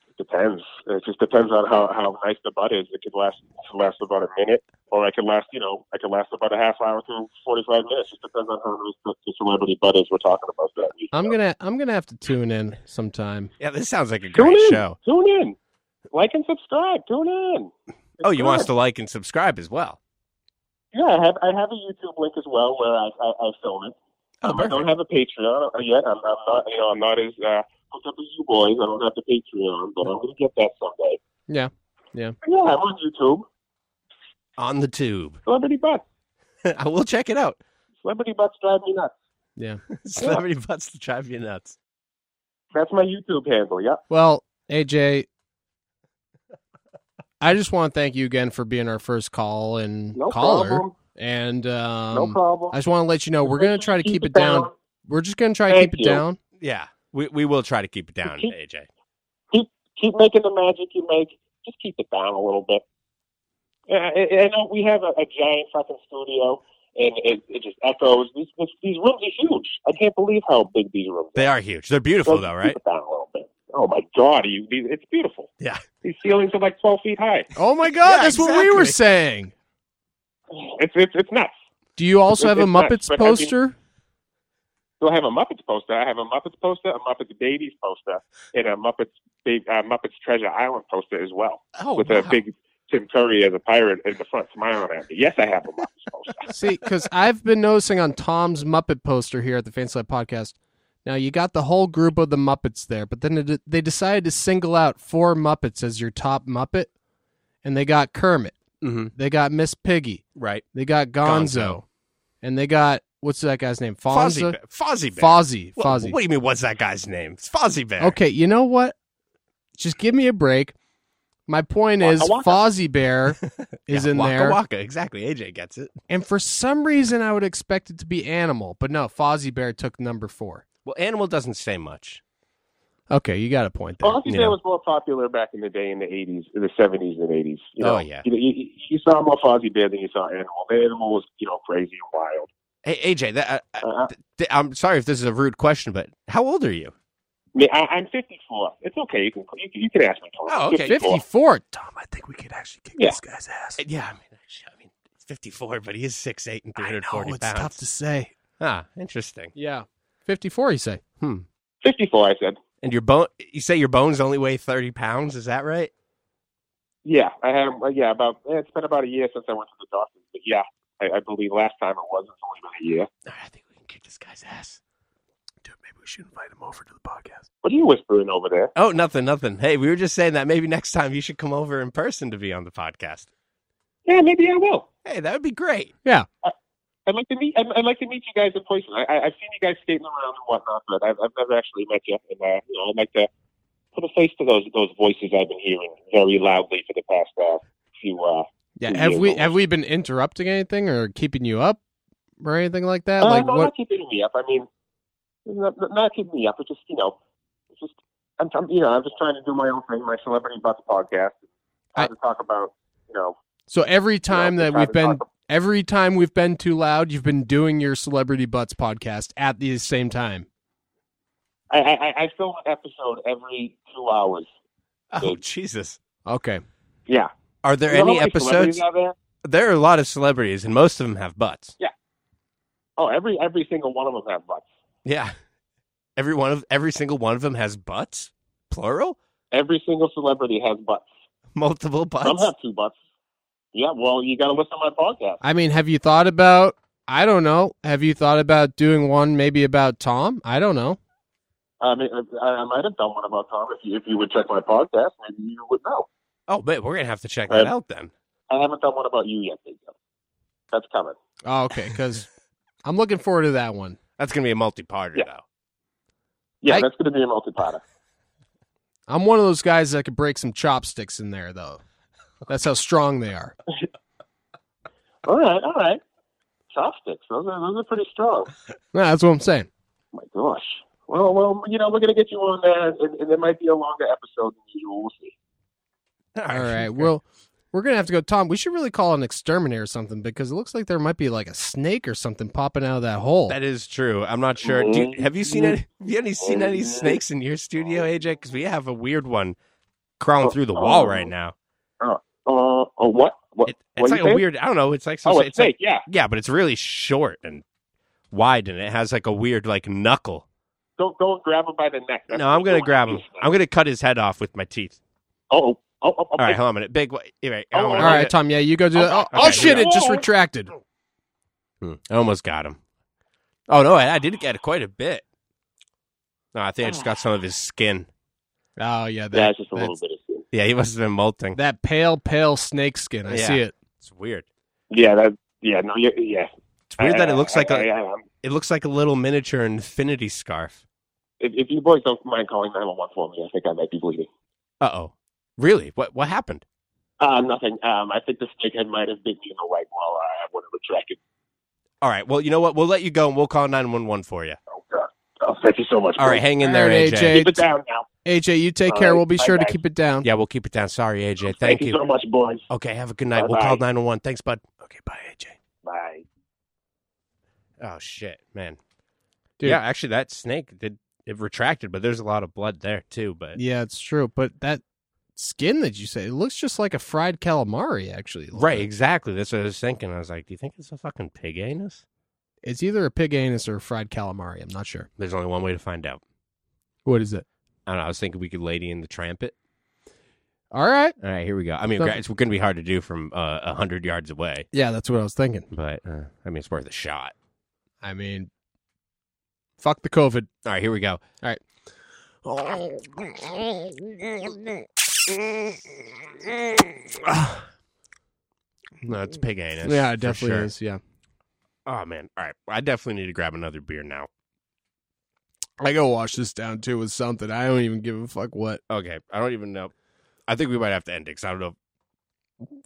Speaker 6: it depends. It just depends on how, how nice the butt is. It could last it could last about a minute, or I could last, you know, I could last about a half hour to forty five minutes. It depends on how nice the, the celebrity butt is we're talking about that week.
Speaker 3: I'm gonna I'm gonna have to tune in sometime.
Speaker 4: Yeah, this sounds like a
Speaker 6: tune
Speaker 4: great
Speaker 6: in.
Speaker 4: show.
Speaker 6: Tune in, like and subscribe. Tune in.
Speaker 4: Oh, you want us
Speaker 6: Subscribe.
Speaker 4: to like and subscribe as well?
Speaker 6: Yeah, I have I have a YouTube link as well where I I, I film it.
Speaker 5: Oh,
Speaker 6: Um, I don't have a Patreon uh, yet. I'm, I'm not you know I'm not as uh, hooked up as you boys. I don't have the Patreon, but I'm gonna get that someday.
Speaker 3: Yeah. Yeah.
Speaker 6: Yeah, I'm on YouTube.
Speaker 4: on the tube.
Speaker 6: Celebrity butts.
Speaker 4: I will check it out.
Speaker 6: Celebrity butts drive me nuts.
Speaker 4: Celebrity butts to drive you nuts.
Speaker 6: That's my YouTube handle. Yep.
Speaker 3: Well, AJ, I just want to thank you again for being our first call and
Speaker 6: No
Speaker 3: caller.
Speaker 6: problem.
Speaker 3: And um,
Speaker 6: no problem.
Speaker 3: I just want to let you know we're going to try to keep it down. We're just going to try to
Speaker 6: Thank
Speaker 3: keep it
Speaker 6: you.
Speaker 3: down.
Speaker 4: Yeah, we we will try to keep it down,
Speaker 6: Keep-
Speaker 4: AJ.
Speaker 6: Keep making the magic you make. Just keep it down a little bit. Yeah, I, I know uh, we have a, a giant fucking studio, and it, it just echoes. These, these these rooms are huge. I can't believe how big these rooms are.
Speaker 4: They are huge. They're beautiful,
Speaker 6: Just
Speaker 4: though,
Speaker 6: keep
Speaker 4: right?
Speaker 6: it down a little bit. Oh my god, you, these, it's beautiful.
Speaker 4: Yeah.
Speaker 6: these ceilings are like twelve feet high.
Speaker 3: Oh my God,
Speaker 4: Yeah,
Speaker 3: that's what we were
Speaker 4: exactly.
Speaker 3: saying.
Speaker 6: It's it's it's nuts.
Speaker 3: Do you also have a
Speaker 6: It's nice,
Speaker 3: Muppets
Speaker 6: but I mean-
Speaker 3: poster?
Speaker 6: So I have a Muppets poster. I have a Muppets poster, a Muppets Babies poster, and a Muppets Ba- uh, Muppets Treasure Island poster as well,
Speaker 4: Oh,
Speaker 6: with a
Speaker 4: wow.
Speaker 6: big Tim Curry as a pirate in the front smiling at me. Yes, I have a Muppets poster.
Speaker 3: See, because I've been noticing on Tom's Muppet poster here at the Fancy Lab Podcast. Now you got the whole group of the Muppets there, but then it, they decided to single out four Muppets as your top Muppet, and they got Kermit,
Speaker 4: Mhm.
Speaker 3: they got Miss Piggy,
Speaker 4: right.
Speaker 3: they got Gonzo,
Speaker 4: Gonzo.
Speaker 3: and they got what's that guy's name?
Speaker 4: Fozzie
Speaker 3: Fonzo,
Speaker 4: Bear. Fozzie Bear.
Speaker 3: Fozzie,
Speaker 4: Wha-
Speaker 3: Fozzie.
Speaker 4: What, do you mean? What's that guy's name? It's Fozzie Bear.
Speaker 3: Okay, you know what? Just give me a break. My point
Speaker 6: Waka
Speaker 3: is,
Speaker 6: waka.
Speaker 3: Fozzie Bear is
Speaker 4: Yeah,
Speaker 3: in
Speaker 4: Waka
Speaker 3: there.
Speaker 4: Waka. Exactly. AJ gets it.
Speaker 3: And for some reason, I would expect it to be animal, but no, Fozzie Bear took number four.
Speaker 4: Well, Animal doesn't say much.
Speaker 3: Okay, you got a point there.
Speaker 6: Well, Humpty
Speaker 4: you
Speaker 6: Bear
Speaker 4: know.
Speaker 6: was more popular back in the day in the eighties, in the seventies and eighties. You know,
Speaker 4: Oh, yeah.
Speaker 6: you, you, you saw more Fozzie Bear than you saw Animal. Animal was you know crazy and wild.
Speaker 4: Hey, AJ, that, I, I,
Speaker 6: Uh,
Speaker 4: th- I'm sorry if this is a rude question, but how old are you?
Speaker 6: I mean, I, I'm fifty four. It's okay. You can you, can- you can ask me. Tony.
Speaker 4: Oh, okay.
Speaker 6: 54.
Speaker 3: 54.
Speaker 4: Tom, I think we could actually kick
Speaker 6: Yeah.
Speaker 4: this guy's ass. Yeah, I mean, actually, I mean, it's 54, but he is 6'8 and 340
Speaker 3: Oh, it's
Speaker 4: pounds.
Speaker 3: tough to say.
Speaker 4: Ah, interesting.
Speaker 3: Yeah. 54, you say.
Speaker 6: Fifty-four. I said.
Speaker 4: And your bone, you say your bones only weigh 30 pounds, is that right?
Speaker 6: Yeah, I had. uh, Yeah, about eh, it's been about a year since I went to the doctor. But yeah, I, I believe last time it was. It's only been a year.
Speaker 4: All right, I think we can kick this guy's ass.
Speaker 6: What are you whispering over there?
Speaker 4: Oh, nothing, nothing. Hey, we were just saying that maybe next time you should come over in person to be on the podcast.
Speaker 6: Yeah, maybe I will.
Speaker 4: Hey, that would be great.
Speaker 6: I'd like to meet. I'd, I'd like to meet you guys in person. I, I, I've seen you guys skating around and whatnot, but I've, I've never actually met you. And uh, you know, I'd like to put a face to those those voices I've been hearing very loudly for the past uh, few. Uh,
Speaker 3: Yeah.
Speaker 6: Yeah,
Speaker 3: Have we
Speaker 6: well-
Speaker 3: have we been interrupting anything or keeping you up or anything like that?
Speaker 6: uh,
Speaker 3: like
Speaker 6: no,
Speaker 3: what?
Speaker 6: Not keeping me up. I mean, not, not keeping me up. It's just you know, it's just I'm, I'm you know I'm just trying to do my own thing, my celebrity butts podcast. Try
Speaker 3: I-
Speaker 6: to talk about you know
Speaker 3: So every time
Speaker 6: you know,
Speaker 3: that
Speaker 6: try
Speaker 3: we've
Speaker 6: to
Speaker 3: been
Speaker 6: talk-
Speaker 3: every time we've been too loud, you've been doing your celebrity butts podcast at the same time.
Speaker 6: I, I I- I film an episode every two hours.
Speaker 4: Oh, Jesus.
Speaker 3: Okay.
Speaker 6: Yeah.
Speaker 4: Are there
Speaker 6: You know
Speaker 4: any
Speaker 6: how many
Speaker 4: episodes?
Speaker 6: celebrities out there?
Speaker 4: There are a lot of celebrities, and most of them have butts.
Speaker 6: Oh, every every single one of them have butts.
Speaker 4: Yeah. Every one of every single one of them has butts? Plural?
Speaker 6: Every single celebrity has butts.
Speaker 4: Multiple
Speaker 6: Some
Speaker 4: butts?
Speaker 6: have two butts. Yeah, well, you got to listen to my podcast.
Speaker 3: I mean, have you thought about I don't know. Have you thought about doing one maybe about Tom? I don't know.
Speaker 6: I mean, I, I might have done one about Tom if you, if you would check my podcast, maybe you would know.
Speaker 4: Oh, man, we're going to have to check that
Speaker 6: Um,
Speaker 4: out then.
Speaker 6: I haven't done one about you yet, Big Joe. That's coming.
Speaker 3: Oh, okay, cuz I'm looking forward to that one.
Speaker 4: That's going to be a multi-parter
Speaker 6: Yeah.
Speaker 4: though.
Speaker 6: Yeah,
Speaker 3: I-
Speaker 6: that's going to be a multi-parter.
Speaker 3: I'm one of those guys that could break some chopsticks in there, though. That's how strong they are.
Speaker 6: All right, all right. Chopsticks, those are those are pretty strong. Oh
Speaker 3: No, that's what I'm saying.
Speaker 6: my gosh. Well, well, you know, we're going to get you on there, and, and there might be a longer episode than usual. We'll see.
Speaker 3: All right, well, we're gonna have to go. Tom, we should really call an exterminator or something because it looks like there might be like a snake or something popping out of that hole.
Speaker 4: That is true. I'm not sure. Do
Speaker 6: Mm-hmm.
Speaker 4: you, have you seen any? Have you any seen any snakes in your studio,
Speaker 6: Oh.
Speaker 4: AJ? Because we have a weird one crawling through the wall right now.
Speaker 6: Uh, oh, what? oh. What?
Speaker 4: It,
Speaker 6: what
Speaker 4: it's
Speaker 6: you
Speaker 4: like a
Speaker 6: say?
Speaker 4: weird. I don't know. It's like some.
Speaker 6: Oh, a
Speaker 4: it's like,
Speaker 6: snake. Yeah.
Speaker 4: yeah, but it's really short and wide, and it has like a weird like knuckle.
Speaker 6: Don't go and grab him by the neck. That's
Speaker 4: No, I'm
Speaker 6: what
Speaker 4: gonna
Speaker 6: you
Speaker 4: grab him.
Speaker 6: want.
Speaker 4: I'm gonna cut his head off with my teeth.
Speaker 6: Oh, oh, oh, oh,
Speaker 4: All right, hold on a minute. Big. Wait, wait, hold on
Speaker 6: Oh,
Speaker 4: a
Speaker 3: All
Speaker 4: minute.
Speaker 3: right, Tom. Yeah, you go do that. Oh,
Speaker 6: Okay,
Speaker 3: oh, shit!
Speaker 6: yeah.
Speaker 3: It just retracted.
Speaker 4: Hmm. I almost got him. Oh no, I, I did get quite a bit. No, I think I just got some of his skin.
Speaker 3: Oh yeah, that,
Speaker 7: Yeah, it's just a
Speaker 3: that's-
Speaker 7: little bit of skin.
Speaker 4: Yeah, he must have been molting.
Speaker 3: That pale, pale snake skin. I
Speaker 4: Yeah.
Speaker 3: see it.
Speaker 4: It's weird.
Speaker 6: Yeah, that. Yeah, no, you're, yeah.
Speaker 4: It's weird
Speaker 6: I-
Speaker 4: that it looks
Speaker 6: I-
Speaker 4: like a
Speaker 6: I- um, I- I'm-
Speaker 4: it looks like a little miniature infinity scarf.
Speaker 6: if, if you boys don't mind calling 911 for me, I think I might be bleeding.
Speaker 4: Uh oh, really? What what happened?
Speaker 6: Uh, nothing. Um, I think the snakehead might have bit me in the leg while I I would have retracted.
Speaker 4: All right. Well, you know what? We'll let you go and we'll call nine one one for you.
Speaker 6: Oh, God. Oh, thank you so much.
Speaker 4: All right,
Speaker 6: boys.
Speaker 4: hang in
Speaker 3: All
Speaker 4: there,
Speaker 3: right,
Speaker 4: AJ.
Speaker 6: Keep it down now.
Speaker 3: AJ, you take
Speaker 6: All
Speaker 3: care.
Speaker 6: right,
Speaker 3: We'll be
Speaker 6: bye,
Speaker 3: sure to
Speaker 6: guys.
Speaker 3: keep it down.
Speaker 4: Yeah, we'll keep it down. Sorry, AJ. Thank,
Speaker 6: you so much, boys.
Speaker 4: Okay, have a good night. We'll
Speaker 6: Bye-bye.
Speaker 4: call 911. Thanks, bud. Okay, bye, AJ.
Speaker 6: Bye.
Speaker 4: Oh, shit, man.
Speaker 3: Dude.
Speaker 4: Yeah, actually, that snake, did it retracted, but there's a lot of blood there, too. But
Speaker 3: Yeah, it's true. But that skin that you say, it looks just like a fried calamari, actually. a little
Speaker 4: Right,
Speaker 3: bit.
Speaker 4: exactly. That's what I was thinking. I was like, do you think it's a fucking pig anus?
Speaker 3: It's either a pig anus or a fried calamari. I'm not sure.
Speaker 4: There's only one way to find out.
Speaker 3: What is it?
Speaker 4: I don't know. I was thinking we could lady in the trampet.
Speaker 3: All right.
Speaker 4: All right, here we go. I mean,
Speaker 3: So-
Speaker 4: gra- it's going to be hard to do from uh, a hundred yards away,
Speaker 3: Yeah, that's what I was thinking.
Speaker 4: but uh, I mean, it's worth a shot.
Speaker 3: I mean, fuck the COVID.
Speaker 4: All right, here we go.
Speaker 3: right.
Speaker 4: All No, it's pig anus.
Speaker 3: yeah,
Speaker 4: for
Speaker 3: it definitely
Speaker 4: sure.
Speaker 3: is. Yeah.
Speaker 4: Oh man. All right. I definitely need to grab another beer now.
Speaker 3: I go wash this down too with something. I don't even give a fuck what.
Speaker 4: Okay. I don't even know. I think we might have to end it 'cause I don't know.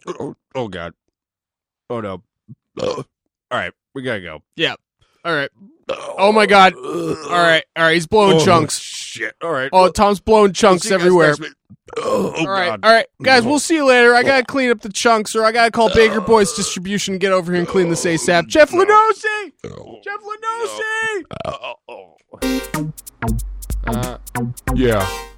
Speaker 4: Oh, oh, god. Oh no. All right. We gotta go.
Speaker 3: All right. Oh my god. All right. All right. He's blowing
Speaker 4: Oh,
Speaker 3: chunks.
Speaker 4: Shit. All right.
Speaker 3: Oh, Tom's blowing
Speaker 4: See
Speaker 3: chunks
Speaker 4: you guys
Speaker 3: everywhere.
Speaker 4: next week. Oh,
Speaker 3: All right,
Speaker 4: God. Mm. Oh.
Speaker 3: all right, guys. We'll see you later. I gotta clean up the chunks, or I gotta call Baker Boys Distribution and get over here and clean this ASAP. Jeff Lenosi, Jeff Lenosi.
Speaker 4: Oh, oh, oh.
Speaker 1: uh,
Speaker 2: yeah,